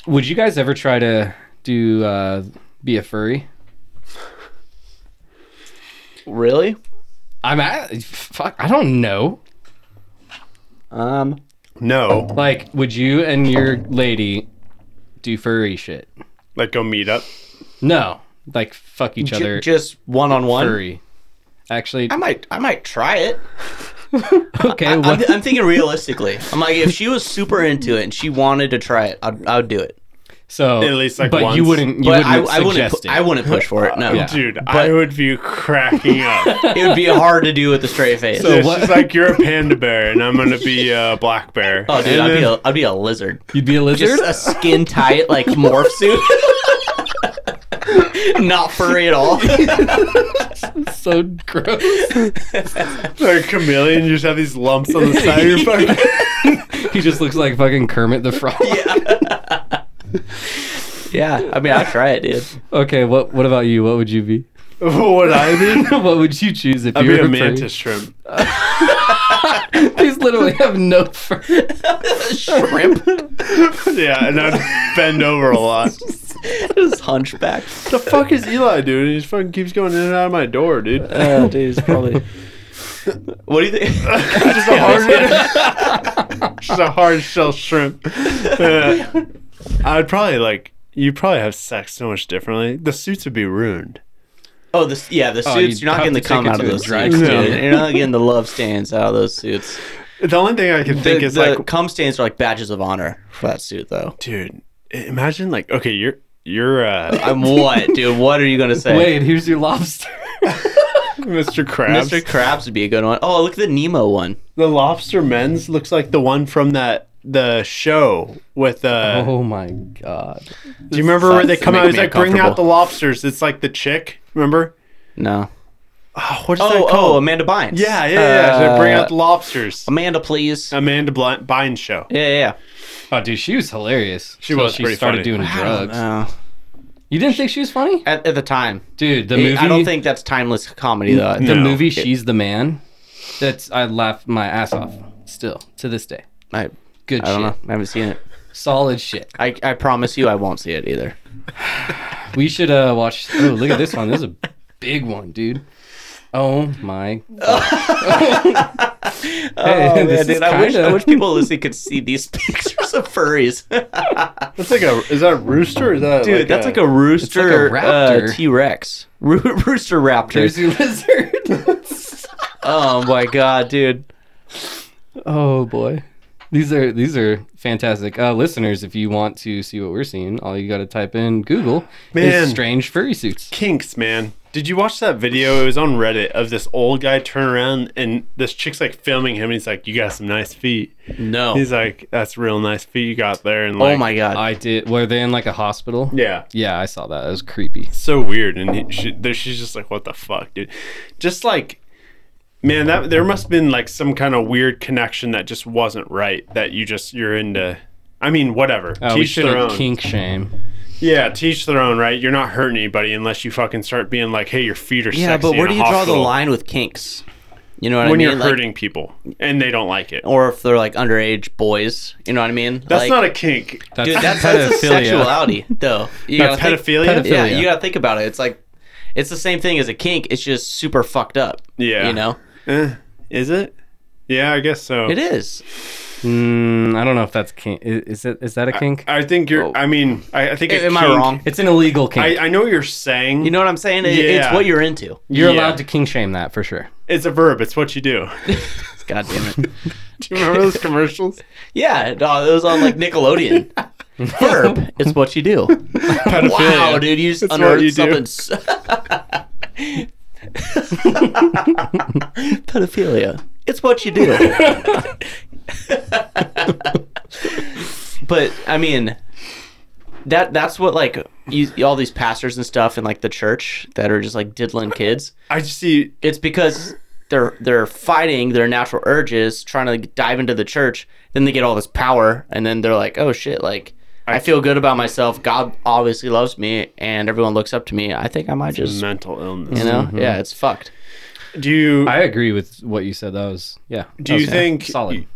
Would you guys ever try to do uh, be a furry? Really? I'm at, fuck. I don't know. Um, No, Like, would you and your lady do furry shit? like go meet up. No, like fuck each j- other just one on one. furry. Actually, I might, I might try it. okay. I'm, What, th- I'm thinking realistically. I'm like, if she was super into it and she wanted to try it, I'd, I would do it. so, At least, like, but you once. wouldn't. You But wouldn't I, I wouldn't, suggest pu- I it. wouldn't push for it. No, Yeah. Dude, I would be cracking up. it would be hard to do with a straight face. So- It's what- just like you're a panda bear and I'm gonna be a black bear. oh, dude, And I'd be, then- a, I'd be a lizard. You'd be a lizard. Just a skin tight like morph suit. Not furry at all. so gross. like a chameleon. You just have these lumps on the side of your fucking. he just looks like fucking Kermit the Frog. yeah, I mean, I'd try it, dude. Okay. What What about you? What would you be? What would I be? what would you choose if I'd you be were a furry? mantis shrimp. These literally have no fur. Shrimp. Yeah, and I'd bend over a lot. Just hunchback. the fuck is Eli doing? He just fucking keeps going in and out of my door, dude. Oh, dude, it's probably. What do you think? just a hard, just a hard shell shrimp. Yeah. I'd probably like you. Probably have sex so much differently. The suits would be ruined. Oh, this yeah, the Oh, suits. you'd you're not have getting the to take cum it out to of a those dry suits. cleaner. dude. You're not getting the love stains out of those suits. The only thing I can The, think is the like, cum stains are like badges of honor for that suit, though. dude, imagine like, okay, you're you're uh, I'm what, dude? What are you gonna say? Wait, here's your lobster. Mr. Krabs. Mr. Krabs would be a good one. Oh, look at the Nemo one. The lobster men's looks like the one from that the show with uh. Oh my god. do you remember where they sucks. come It out? makes It's me like bring out the uncomfortable." lobsters. It's like the chick. Remember? No. Oh, what is that Oh, called? Uh, oh, Amanda Bynes. Uh, yeah, yeah, yeah. so bring out the lobsters. Amanda, please. Amanda Blunt Bynes show. yeah, yeah. Oh, dude, she was hilarious. She was She pretty started funny. doing drugs. yeah. Uh, You didn't think she was funny, at, at the time, dude? The It- movie. I don't think that's timeless comedy though. I the think- No. movie She's the Man. That's I laughed my ass off still to this day. I, Good I don't shit. know. I haven't seen it. Solid shit. I, I promise you, I won't see it either. We should uh watch Oh, look at this one. This is a big one, dude. Oh my god. hey, Oh, this man, is dude, I, wish, kinda- I wish people listening could see these pictures of furries. That's like a is that a rooster? Or is that Dude, that's like a rooster like a raptor. uh, T Rex. Roo- rooster raptor. There's your lizard. Oh my god, dude. oh boy. These are these are fantastic. Uh, listeners, if you want to see what we're seeing, all you gotta type in Google Man. is strange furry suits. kinks, man. Did you watch that video? It was on Reddit of this old guy turn around and this chick's like filming him. And he's like, "You got some nice feet." No. He's like, "That's real nice feet you got there." And like, oh my god. I did were they in like a hospital? yeah, Yeah, I saw that. That was creepy. so weird. And he, she, there, she's just like, "What the fuck, dude?" Just like, man, that there must have been like some kind of weird connection that just wasn't right. That you just you're into. I mean, whatever. Oh, we Teach their shouldn't own. kink shame. Yeah, teach their own, right? You're not hurting anybody unless you fucking start being like, "Hey, your feet are sexy." yeah, but in where a do you draw the hospital." line with kinks? You know what I when mean? you're Like, hurting people and they don't like it? or if they're like underage boys. You know what I mean? That's like, not a kink. That's dude. That's, that's sexuality, though. You That's gotta think- pedophilia. pedophilia. Yeah, you gotta think about it. It's like it's the same thing as a kink. It's just super fucked up. Yeah. you know Eh, is it? Yeah, I guess so. it is. Mm, I don't know if that's kink. Is, is it? Is that a kink? I think you're. I mean, I, I think. a Am I kink- wrong? it's an illegal kink. I, I know what you're saying. You know what I'm saying? It- It's Yeah. what you're into. You're Yeah. allowed to king shame that for sure. it's a verb. It's what you do. God damn it. do you remember those commercials? Yeah, no, it was on like Nickelodeon. Verb, it's what you do. wow, dude, you just what unearthed you something. do. So- Pedophilia, it's what you do. but I mean, that that's what like you, all these pastors and stuff in like the church that are just like diddling kids. I just see It's because they're they're fighting their natural urges, trying to dive into the church. Then they get all this power, and then they're like, oh shit, like. I feel good about myself. God obviously loves me, and everyone looks up to me. I think I might just, mental illness. you know, yeah, it's fucked. Do you I agree with what you said. That was yeah. that do you was think solid?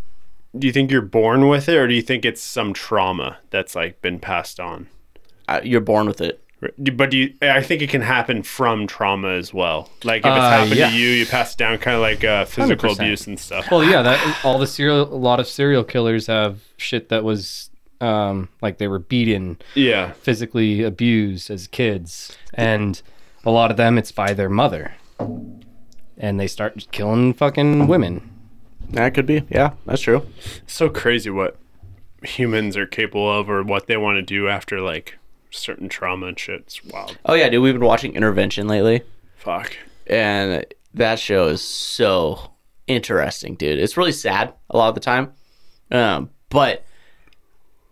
Do you think you're born with it, or do you think it's some trauma that's like been passed on? I, you're born with it. Do- But do you, I think it can happen from trauma as well. Like if it's Uh, happened yeah. to you, you pass it down, kind of like uh, physical 100%. abuse and stuff. Well, yeah, that all the serial, a lot of serial killers have shit that was um, like they were beaten, yeah, physically abused as kids, and a lot of them it's by their mother, and they start killing fucking women. That could be. Yeah, that's true. so crazy what humans are capable of, or what they want to do after like certain trauma and shit. It's wild. Oh yeah, dude, we've been watching Intervention lately, Fuck. and that show is so interesting, dude. It's really sad a lot of the time, um, but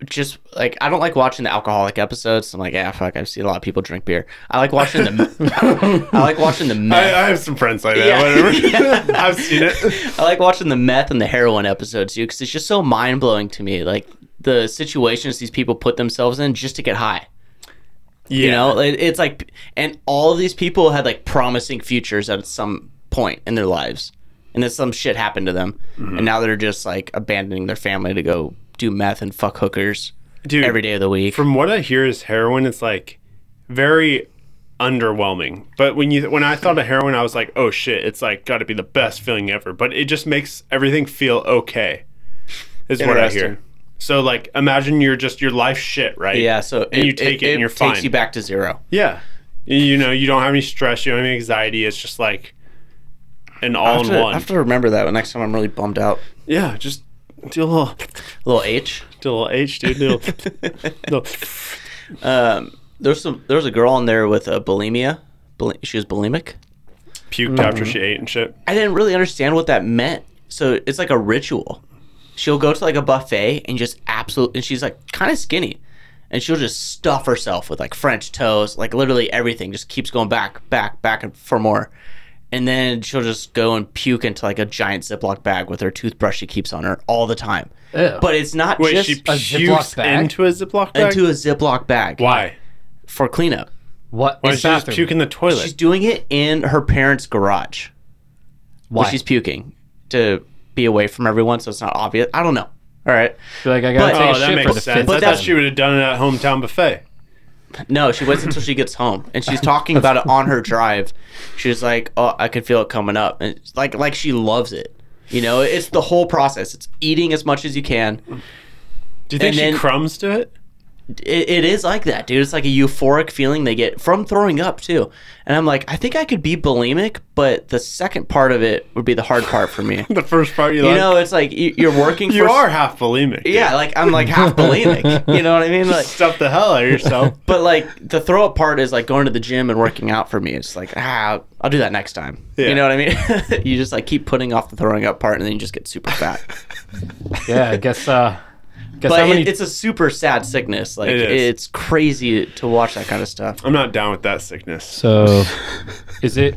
just like I don't like watching the alcoholic episodes. I'm like, ah, fuck. I've seen a lot of people drink beer. I like watching the. I like watching the I, meth. I have some friends like that. Yeah. Whatever. I've seen it. I like watching the meth and the heroin episodes too, because it's just so mind blowing to me. Like the situations these people put themselves in just to get high. Yeah. You know, it, it's like, and all of these people had like promising futures at some point in their lives, and then some shit happened to them, Mm-hmm. and now they're just like abandoning their family to go do meth and fuck hookers Dude, every day of the week. from what I hear is heroin is like very underwhelming. But when you when I thought of heroin, I was like, oh shit, it's like got to be the best feeling ever. But it just makes everything feel okay. Is what I hear. Interesting. So like, imagine you're just your life shit, right? yeah, so and you take it, and you're takes fine. you back to zero. Yeah, you know, you don't have any stress, you don't have any anxiety. It's just like an all in one. remember that next time I'm really bummed out. yeah, just do a little, Little H. do a little H, dude. Do a little, little- Um, there's some. There's a girl on there with uh, bulimia. Bul- she was bulimic. puked after she ate and shit. I didn't really understand what that meant. So it's like a ritual. She'll go to like a buffet and just absolutely, and she's like kind of skinny, and she'll just stuff herself with like French toast, like literally everything. Just keeps going back, back, back, and for more. And then she'll just go and puke into like a giant Ziploc bag with her toothbrush she keeps on her all the time. Ew. But it's not Wait, just she Ziploc pukes bag? into a Ziploc bag? into a Ziploc bag Why? for cleanup. what? Why it's is she just bathroom. puke in the toilet? She's doing it in her parents' garage. Why? Where she's puking to be away from everyone, so it's not obvious. I don't know. All right. You're like I gotta But- take oh, a that shit for makes the sense. fifth I But thought that's- time. she would have done it at hometown buffet. No, she waits until she gets home, and she's talking about it on her drive. She's like, "Oh, I could feel it coming up," and it's like, like she loves it. You know, it's the whole process. It's eating as much as you can. Do you think And she then- crumbs to it? It, it is like that, dude. It's like a euphoric feeling they get from throwing up too. And I'm like, I think I could be bulimic, but the second part of it would be the hard part for me. The first part you, You like, know, it's like you, you're working. you for, are half bulimic. dude. Yeah, like I'm like half bulimic. You know what I mean? Like, Stuff the hell out of yourself. but like the throw up part is like going to the gym and working out for me. It's like ah, I'll- I'll do that next time. Yeah. You know what I mean? you just like keep putting off the throwing up part, and then you just get super fat. Yeah, I guess. Uh, guess but how many? it, it's a super sad sickness. Like It is. it's crazy to watch that kind of stuff. I'm not down with that sickness. so, is it is it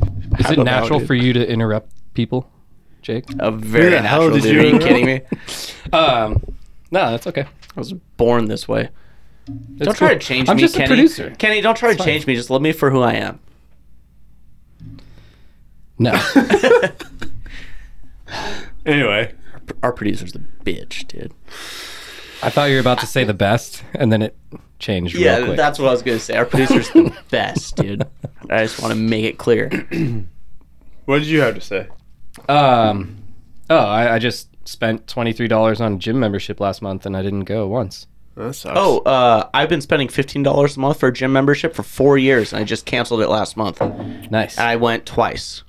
don't know, natural dude. for you to interrupt people, Jake? A very the hell natural. did dude. you- Are you kidding me? Um, no, that's okay. I was born this way. That's don't try cool. to change I'm me, just Kenny. a producer. Kenny, don't try to change me. Just love me for who I am. No. Anyway, Our producer's a bitch, dude. I thought you were about to say the best, and then it changed real Yeah, quick. that's what I was gonna say. Our producer's the best, dude. I just want to make it clear. what did you have to say? um, oh, I, I just spent twenty three dollars on gym membership last month, and I didn't go once. That sucks. Oh, uh, I've been spending fifteen dollars a month for a gym membership for four years, and I just canceled it last month. Nice, I went twice.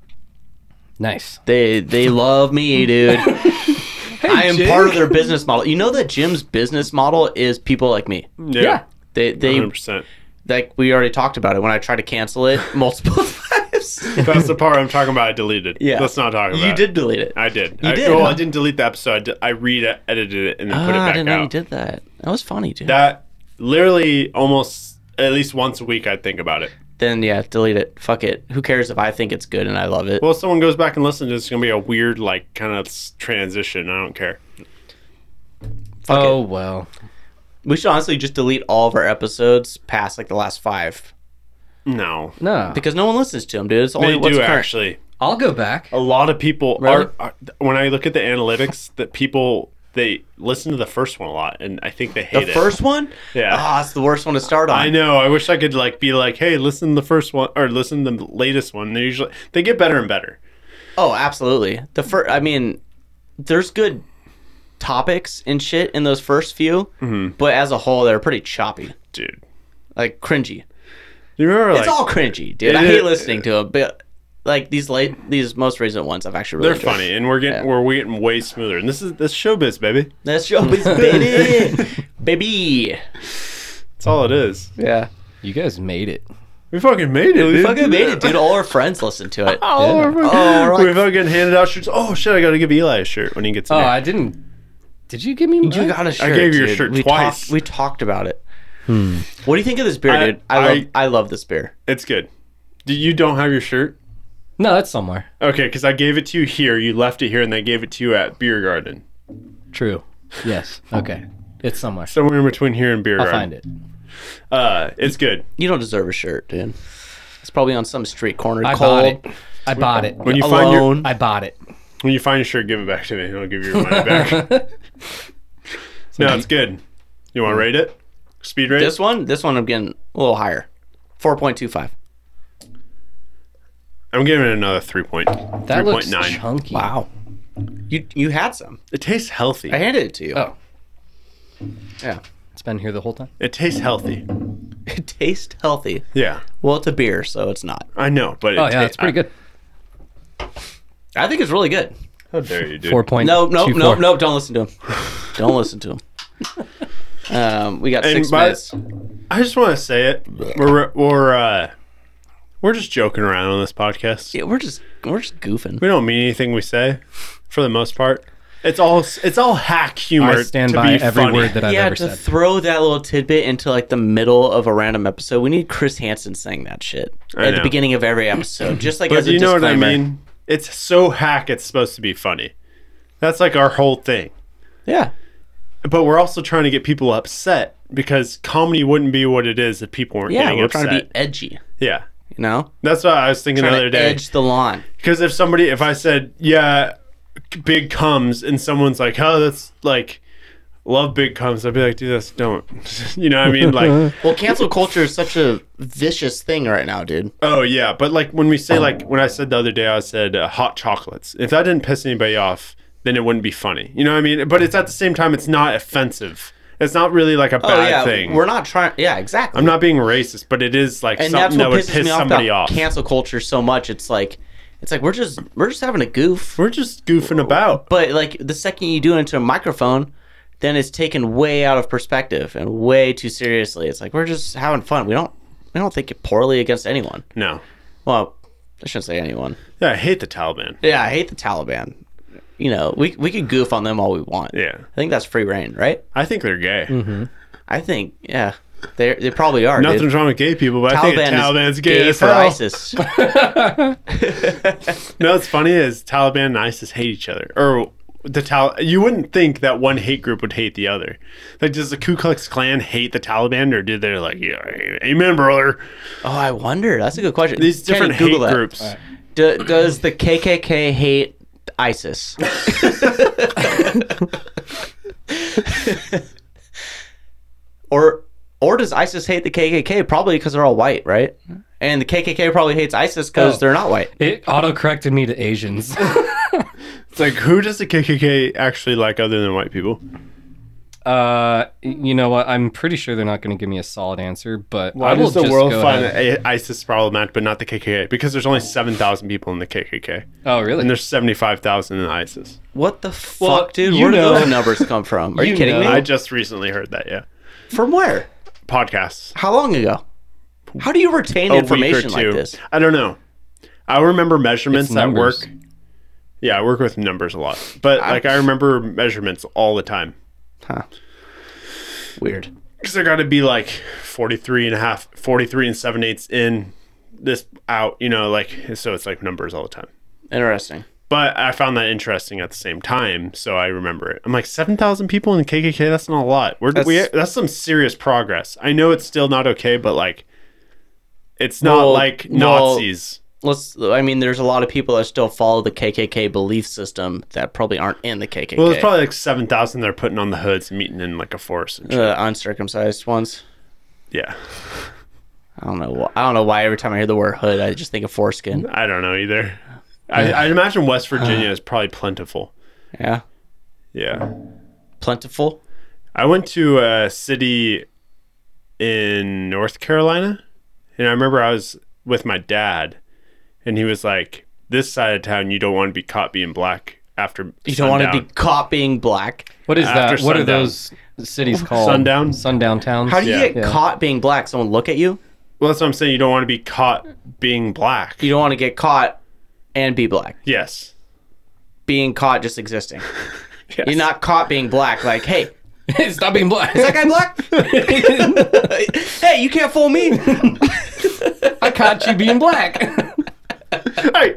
nice. They they love me, dude. I am part of their business model. You know that Jim's business model is people like me. yeah. They they 100%. like we already talked about it when I tried to cancel it multiple times. That's the part I'm talking about. I deleted. Yeah. Let's not talk about you it. did delete it. I did. You I, did, Well, huh? I didn't delete the episode. I, did, I re edited it and then put it Ah, back I didn't out. know you did that. That was funny, dude. That literally almost at least once a week. I think about it. Then yeah, delete it. Fuck it. Who cares if I think it's good and I love it? Well, if someone goes back and listens, it's gonna be a weird like kind of s- transition. I don't care. Fuck oh it. well. We should honestly just delete all of our episodes past like the last five No, No, because no one listens to them, dude. It's only they what's do current. actually. I'll go back. Oh. A lot of people Really? are, are. When I look at the analytics, that people they listen to the first one a lot, and I think they hate The it. first one? Yeah. Ah, it's the worst one to start on. I know. I wish I could like be like, hey, listen to the first one or listen to the latest one. They usually they get better and better. Oh, absolutely. The first, I mean, there's good topics and shit in those first few, Mm-hmm. but as a whole, they're pretty choppy, Dude. like cringy. You remember like it's all cringy, dude. It I is- hate listening to them, but like these late, these most recent ones, I've actually really they're enjoyed. funny and we're getting we're getting way smoother. And this is this showbiz, baby. That's showbiz, baby, baby. That's all it is. Yeah, You guys made it. We fucking made it. we dude. fucking made it, dude. All our friends listen to it. Oh, Yeah. we're fucking, Oh, we're like- we fucking handed out shirts. Oh shit! I gotta give Eli a shirt when he gets in Oh, here. I didn't. Did you give me? You got a shirt. gave you a dude. shirt we twice. Talked, we talked about it. Hmm. What do you think of this beer, I- dude? I love, I, I- love this beer. It's good. Do you don't have your shirt? No, that's somewhere. Okay, because I gave it to you here. You left it here, and they gave it to you at Beer Garden. True. Yes. Okay. It's somewhere. Somewhere in between here and Beer I'll Garden. find it. Uh, it's good. You don't deserve a shirt, dude. It's probably on some street corner. I cold. bought it. I bought it. When you find your alone. I bought it. when you find your shirt, give it back to me, and I'll give you your money back. no, it's good. You want to rate it? Speed rate. this one, this one, I'm getting a little higher, four point two five. I'm giving it another three point three That looks point nine. chunky. Wow, you you had some. It tastes healthy. I handed it to you. Oh, Yeah, it's been here the whole time. It tastes healthy. it tastes healthy. Yeah, Well, it's a beer, so it's not. I know, but it Oh yeah, ta- it's pretty good. I think it's really good. I, how dare you, dude? Four point. No, no, no, no. Don't listen to him. Don't listen to him. Um, we got And six by- minutes. I just want to say it. We're we're uh, we're just joking around on this podcast. Yeah, we're just we're just goofing. We don't mean anything we say, for the most part. It's all it's all hack humor. I stand to by be every funny. word that I've Yeah, ever to said. throw that little tidbit into like the middle of a random episode, we need Chris Hansen saying that shit I at the know. beginning of every episode, just like But as a you know what I disclaimer. mean? It's so hack. It's supposed to be funny. That's like our whole thing. Yeah, But we're also trying to get people upset because comedy wouldn't be what it is if people weren't yeah. getting We're upset. trying to be edgy, yeah, you know. that's what I was thinking the Trying other to day. edge the lawn. Because if somebody, if I said, yeah, Big Comes, and someone's like, oh, that's like, love Big Comes, I'd be like, dude, that's don't. you know what I mean? Like, Well, cancel culture is such a vicious thing right now, dude. oh, yeah. But like, when we say, like, when I said the other day, I said uh, hot chocolates. If that didn't piss anybody off, then it wouldn't be funny. You know what I mean? But it's at the same time, it's not offensive. It's not really like a bad oh yeah, thing. we're not trying. Yeah, exactly. I'm not being racist, but it is like and that's something what that would pisses piss me off somebody about off. cancel culture so much. It's like, it's like we're just we're just having a goof. We're just goofing about. But like the second you do it into a microphone, then it's taken way out of perspective and way too seriously. It's like we're just having fun. We don't we don't think it poorly against anyone. No. Well, I shouldn't say anyone. Yeah, I hate the Taliban. Yeah, I hate the Taliban. You know, we we could goof on them all we want. Yeah. I think that's free reign, right? I think they're gay. I think yeah, they they probably are. dude. Nothing's wrong with gay people, but I think Taliban Taliban's is gay, gay as for hell. ISIS. No, what's funny is Taliban and ISIS hate each other, or the Tal. You wouldn't think that one hate group would hate the other. Like, does the Ku Klux Klan hate the Taliban, or do they like, yeah, amen, brother? Oh, I wonder. That's a good question. These Kenny, different Google hate that. groups. Do, does the KKK hate ISIS? or or does ISIS hate the KKK? Probably because they're all white, right? And the KKK probably hates ISIS because Oh. they're not white. It auto corrected me to Asians. It's like, who does the KKK actually like other than white people? uh, you know what? I'm pretty sure they're not going to give me a solid answer, but Why I will does the just world go find ahead. I- ISIS problematic, but not the KKK? Because there's only seven thousand people in the KKK, Oh, really? and there's seventy-five thousand in ISIS. What the fuck, Well, dude? you Where do know- those numbers come from? Are you, You kidding know. I me? just recently heard that. Yeah, From where? podcasts. How long ago? How do you retain a information week or two. like this? I don't know. I remember measurements It's at numbers. work. Yeah, I work with numbers a lot, Ah. but like I remember measurements all the time. Huh. Weird. because I got to be like 43 and a half, 43 and seven eighths in this out, you know, like, so it's like numbers all the time. Interesting. But I found that interesting at the same time, so I remember it. I'm like seven thousand people in the KKK. That's not a lot. We're that's, we, That's- that's some serious progress. I know it's still not okay, but like, it's not Well, like well- Nazis. Let's. I mean, there's a lot of people that still follow the KKK belief system that probably aren't in the KKK. Well, it's probably like seven thousand they're putting on the hoods, meeting in like a forest. And shit. uh, uncircumcised ones. Yeah, I don't know. wh- I don't know why every time I hear the word hood, I just think of foreskin. I don't know either. I, I imagine West Virginia is probably plentiful. Yeah, Yeah, plentiful. I went to a city in North Carolina, and I remember I was with my dad, and he was like, "This side of town, you don't want to be caught being black after You don't want to be caught being black. What is that? After What are sundown. those cities called? Sundown? Sundown towns. How do you Yeah. get Yeah. caught being black? Someone look at you. Well, that's what I'm saying. You don't want to be caught being black. You don't want to get caught and be black. yes. Being caught just existing. Yes. You're not caught being black. Like, hey, Stop being black. that guy black? hey, you can't fool me. I caught you being black. Hey!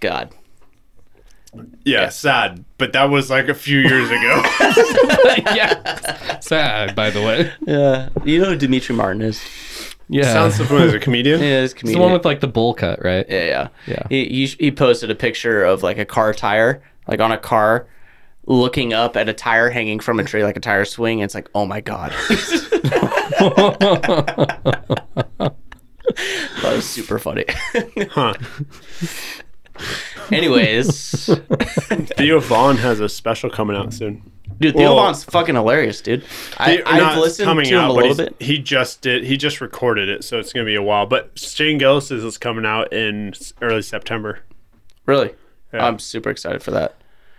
God. Yeah, sad. But that was like a few years ago. yeah. Sad, by the way. Yeah, you know who Dimitri Martin is? Yeah. Sounds familiar as a comedian. Yeah, he's a it's comedian. the one with like the bowl cut, right? yeah, yeah, Yeah. He, he he posted a picture of like a car tire, like on a car, looking up at a tire hanging from a tree, like a tire swing. And it's like, oh my god, that was super funny. Huh. Anyways, Theo Vaughn has a special coming out soon. dude, Theo Well- Vaughn's fucking hilarious, dude. I, Theo- not I've listened to coming him out, a but little he's- bit. He just did. He just recorded it, so it's gonna be a while. But Shane Gillis's is coming out in s- early September. Really, I'm super excited for that.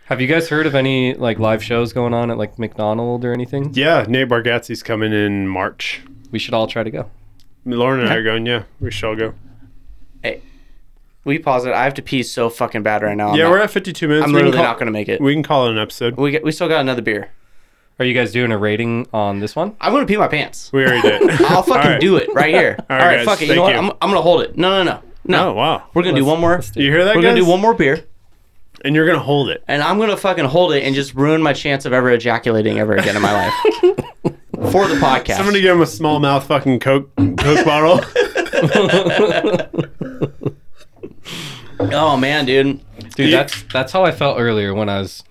Have you guys heard of any like live shows going on at like McDonald or anything? Yeah, Nate Bargatze's coming in March. We should all try to go. Lauren and I are going. Yeah, we shall go. We pause it. I have to pee so fucking bad right now. I'm yeah, not- we're at 52 minutes. I'm We can literally call- not gonna make it. We can call it an episode. We get, we still got another beer. Are you guys doing a rating on this one? I'm gonna pee my pants. We already did. I'll fucking All right. do it right here. All right, right, guys, fuck it. You thank know what? you. I'm, I'm gonna hold it. No, no, no, no. Oh wow, We're gonna do one more. do you hear that? We're gonna guys? do one more beer, and you're gonna hold it. and I'm gonna fucking hold it and just ruin my chance of ever ejaculating ever again in my life for the podcast. I'm gonna give him a small mouth fucking coke coke bottle. oh man, dude. Dude, that's that's how I felt earlier when I was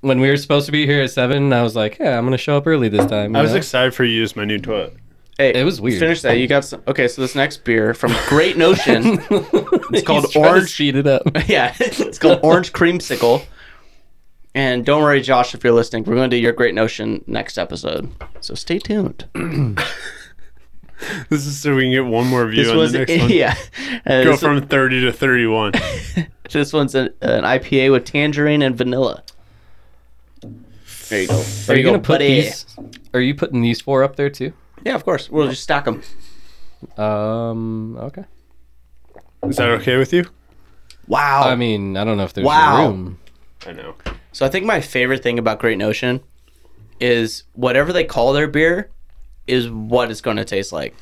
when we were supposed to be here at seven. And I was like, yeah, I'm gonna show up early this time. you I was know? excited for you to use my new toilet. Hey, It was weird. Finish that. You got some. Okay, so this next beer from Great Notion. it's called He's trying to Orange. speed it up. Yeah, it's called Orange Creamsicle. And don't worry, Josh, if you're listening, we're gonna do your Great Notion next episode. So stay tuned. This is so we can get one more view This on was the next one. yeah. Uh, Go this- from 30 to 31. This one's an, an IPA with tangerine and vanilla. There you go. There Are you, you gonna go, put buddy. these? Are you putting these four up there too? Yeah, of course. We'll just stack them. Um. Okay. Is that okay with you? Wow. I mean, I don't know if there's Wow. room. I know. so I think my favorite thing about Great Notion is whatever they call their beer is what it's going to taste like.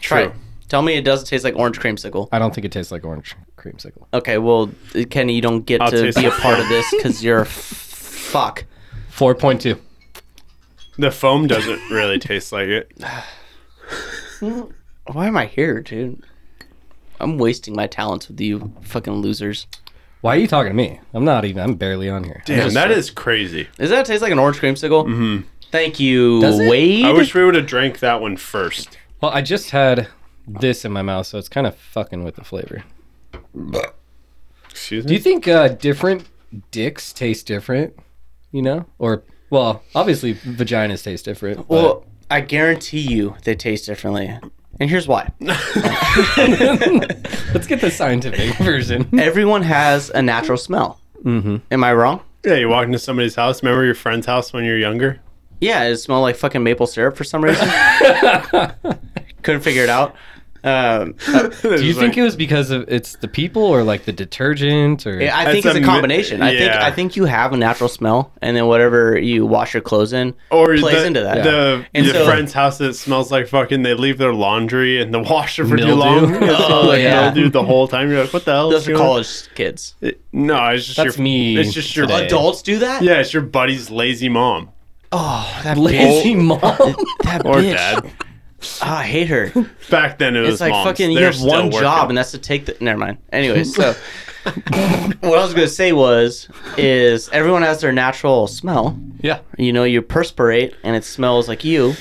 Try it. True. Tell me it doesn't taste like orange creamsicle. I don't think it tastes like orange creamsicle. Okay, well, Kenny, you don't get I'll to taste be a it. part of this because you're a f- fuck. Four point two. The foam doesn't really taste like it. Why am I here, dude? I'm wasting my talents with you fucking losers. Why are you talking to me? I'm not even. I'm barely on here. Damn, that is crazy. Does that taste like an orange creamsicle? Mm-hmm. Thank you, Does it? Wade. I wish we would have drank that one first. Well, I just had this in my mouth, so it's kind of fucking with the flavor. Excuse Do me? you think uh, different dicks taste different? You know, or well, obviously vaginas taste different. Well, I guarantee you they taste differently. And here's why. but let's get the scientific version. Everyone has a natural smell. Mm-hmm. Am I wrong? Yeah, you walk into somebody's house. Remember your friend's house when you were younger? Yeah, it smelled like fucking maple syrup for some reason. Couldn't figure it out. Um, Do you think it was because of it's the people or like the detergent or Yeah, I That's think it's a a mi- combination. I think yeah. I think you have a natural smell, and then whatever you wash your clothes in or plays the, into that. The, And your so- friend's house that smells like fucking. They leave their laundry in the washer for Mildew. too long. It smells Oh, like yeah. mildew the whole time. You're like, what the hell? is Those are going on? college kids. It- no, it's just That's your, me It's just your today. adult. Adults do that. Yeah, it's your buddy's lazy mom Oh, that bitch. lazy mom? That or bitch. dad. Ah, I hate her. Back then, it was It's like moms. fucking. You They're have still one working. job, and that's to take the. Never mind. Anyway, so what I was gonna say was, is everyone has their natural smell. yeah. You know, you perspirate, and it smells like you.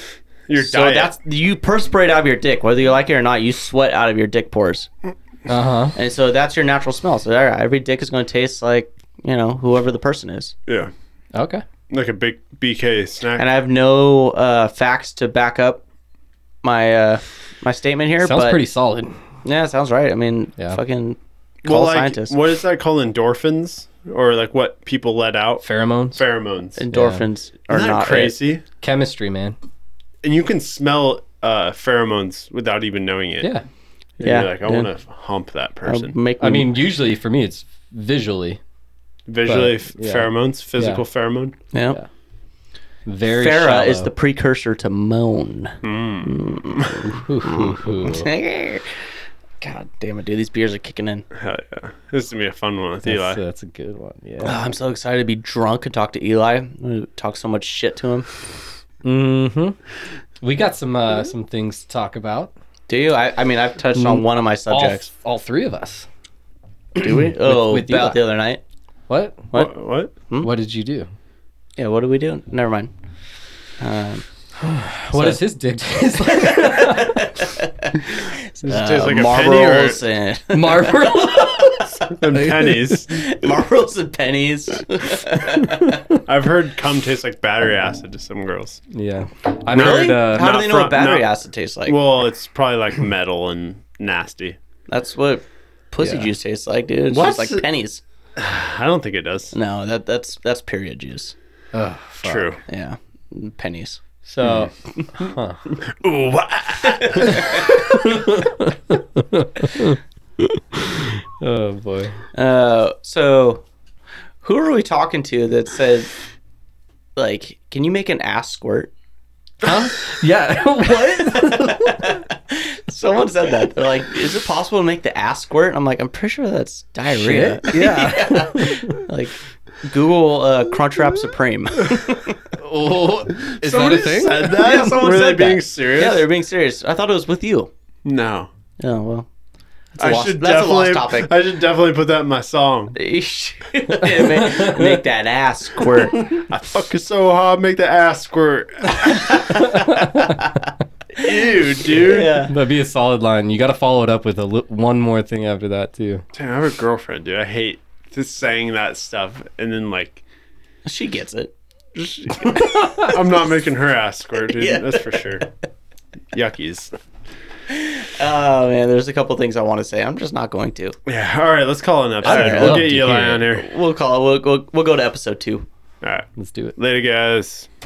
your so diet. that's you perspirate out of your dick, whether you like it or not. You sweat out of your dick pores, Uh huh. and so that's your natural smell. So there, every dick is gonna taste like you know whoever the person is. yeah, Okay. like a big BK snack. And I have no uh, facts to back up my uh, my statement here. Sounds but pretty solid. Yeah, it sounds right. I mean, Yeah. fucking call well, a like, scientist. what is that called? Endorphins or like what people let out? Pheromones. Pheromones. Isn't Endorphins are that not crazy. crazy? Chemistry, man. And you can smell uh, pheromones without even knowing it. Yeah. And Yeah, You're like, I yeah. want to hump that Or person. Make I mean, usually for me, it's visually Visually, but, f- yeah. pheromones, physical pheromone. yeah. very. Farah shallow. is the precursor to moan. Ooh. God damn it, dude! These beers are kicking in. Oh, Hell yeah. This is going to be a fun one with that's, Eli. that's a good one. Yeah. I'm so excited to be drunk and talk to Eli. I'm gonna talk so much shit to him. hmm We got some uh, some things to talk about. Do you? I, I mean, I've touched on one of my All, subjects. all three of us. Mm. Do we? Oh, with about Eli. the other night. What? Hmm? What? Wha- what? What did you do? Yeah. What are we doing? Never mind. Um, What does his dick taste like? tastes uh, like a penny or- Marlboros and Marlboro. And pennies. Marlboros and pennies. I've heard cum tastes like battery acid to some girls. yeah. I Really? heard. Uh, How do not they know from- what battery not- acid tastes like? Well, it's probably like metal and nasty. That's what pussy Yeah. juice tastes like, dude. It's What's just the- like pennies. I don't think it does. No, that that's that's period juice. ugh, fuck. True. Yeah, pennies. So Ooh, wha- Oh boy. Uh, so who are we talking to that said, like, can you make an ass squirt? Huh? Yeah. what? Someone said that. They're like, is it possible to make the ass squirt? I'm like, I'm pretty sure that's diarrhea. Yeah. Like, Google uh, Crunchwrap Supreme. Oh. Is Somebody that a thing? Said that? Yeah, someone Were said they being that. serious? yeah, they're being serious. I thought it was with you. no. Oh well, that's a I lost- should that's a lost definitely. topic. I should definitely put that in my song. make, make that ass squirt. I fuck it so hard, make the ass squirt. Ew, dude. Yeah. That'd be a solid line. You got to follow it up with a li- one more thing after that too. Damn, I have a girlfriend, dude. I hate just saying that stuff, and then like, She gets it. just- I'm not making her ass squirt, dude. Yeah. That's for sure. Yuckies. Oh man, there's a couple things I want to say. I'm just not going to. Yeah. All right, let's call an episode. I'd We'll love get to Eli hear on here. We'll call. We'll, we'll we'll go to episode two. All right, Let's do it. later, guys.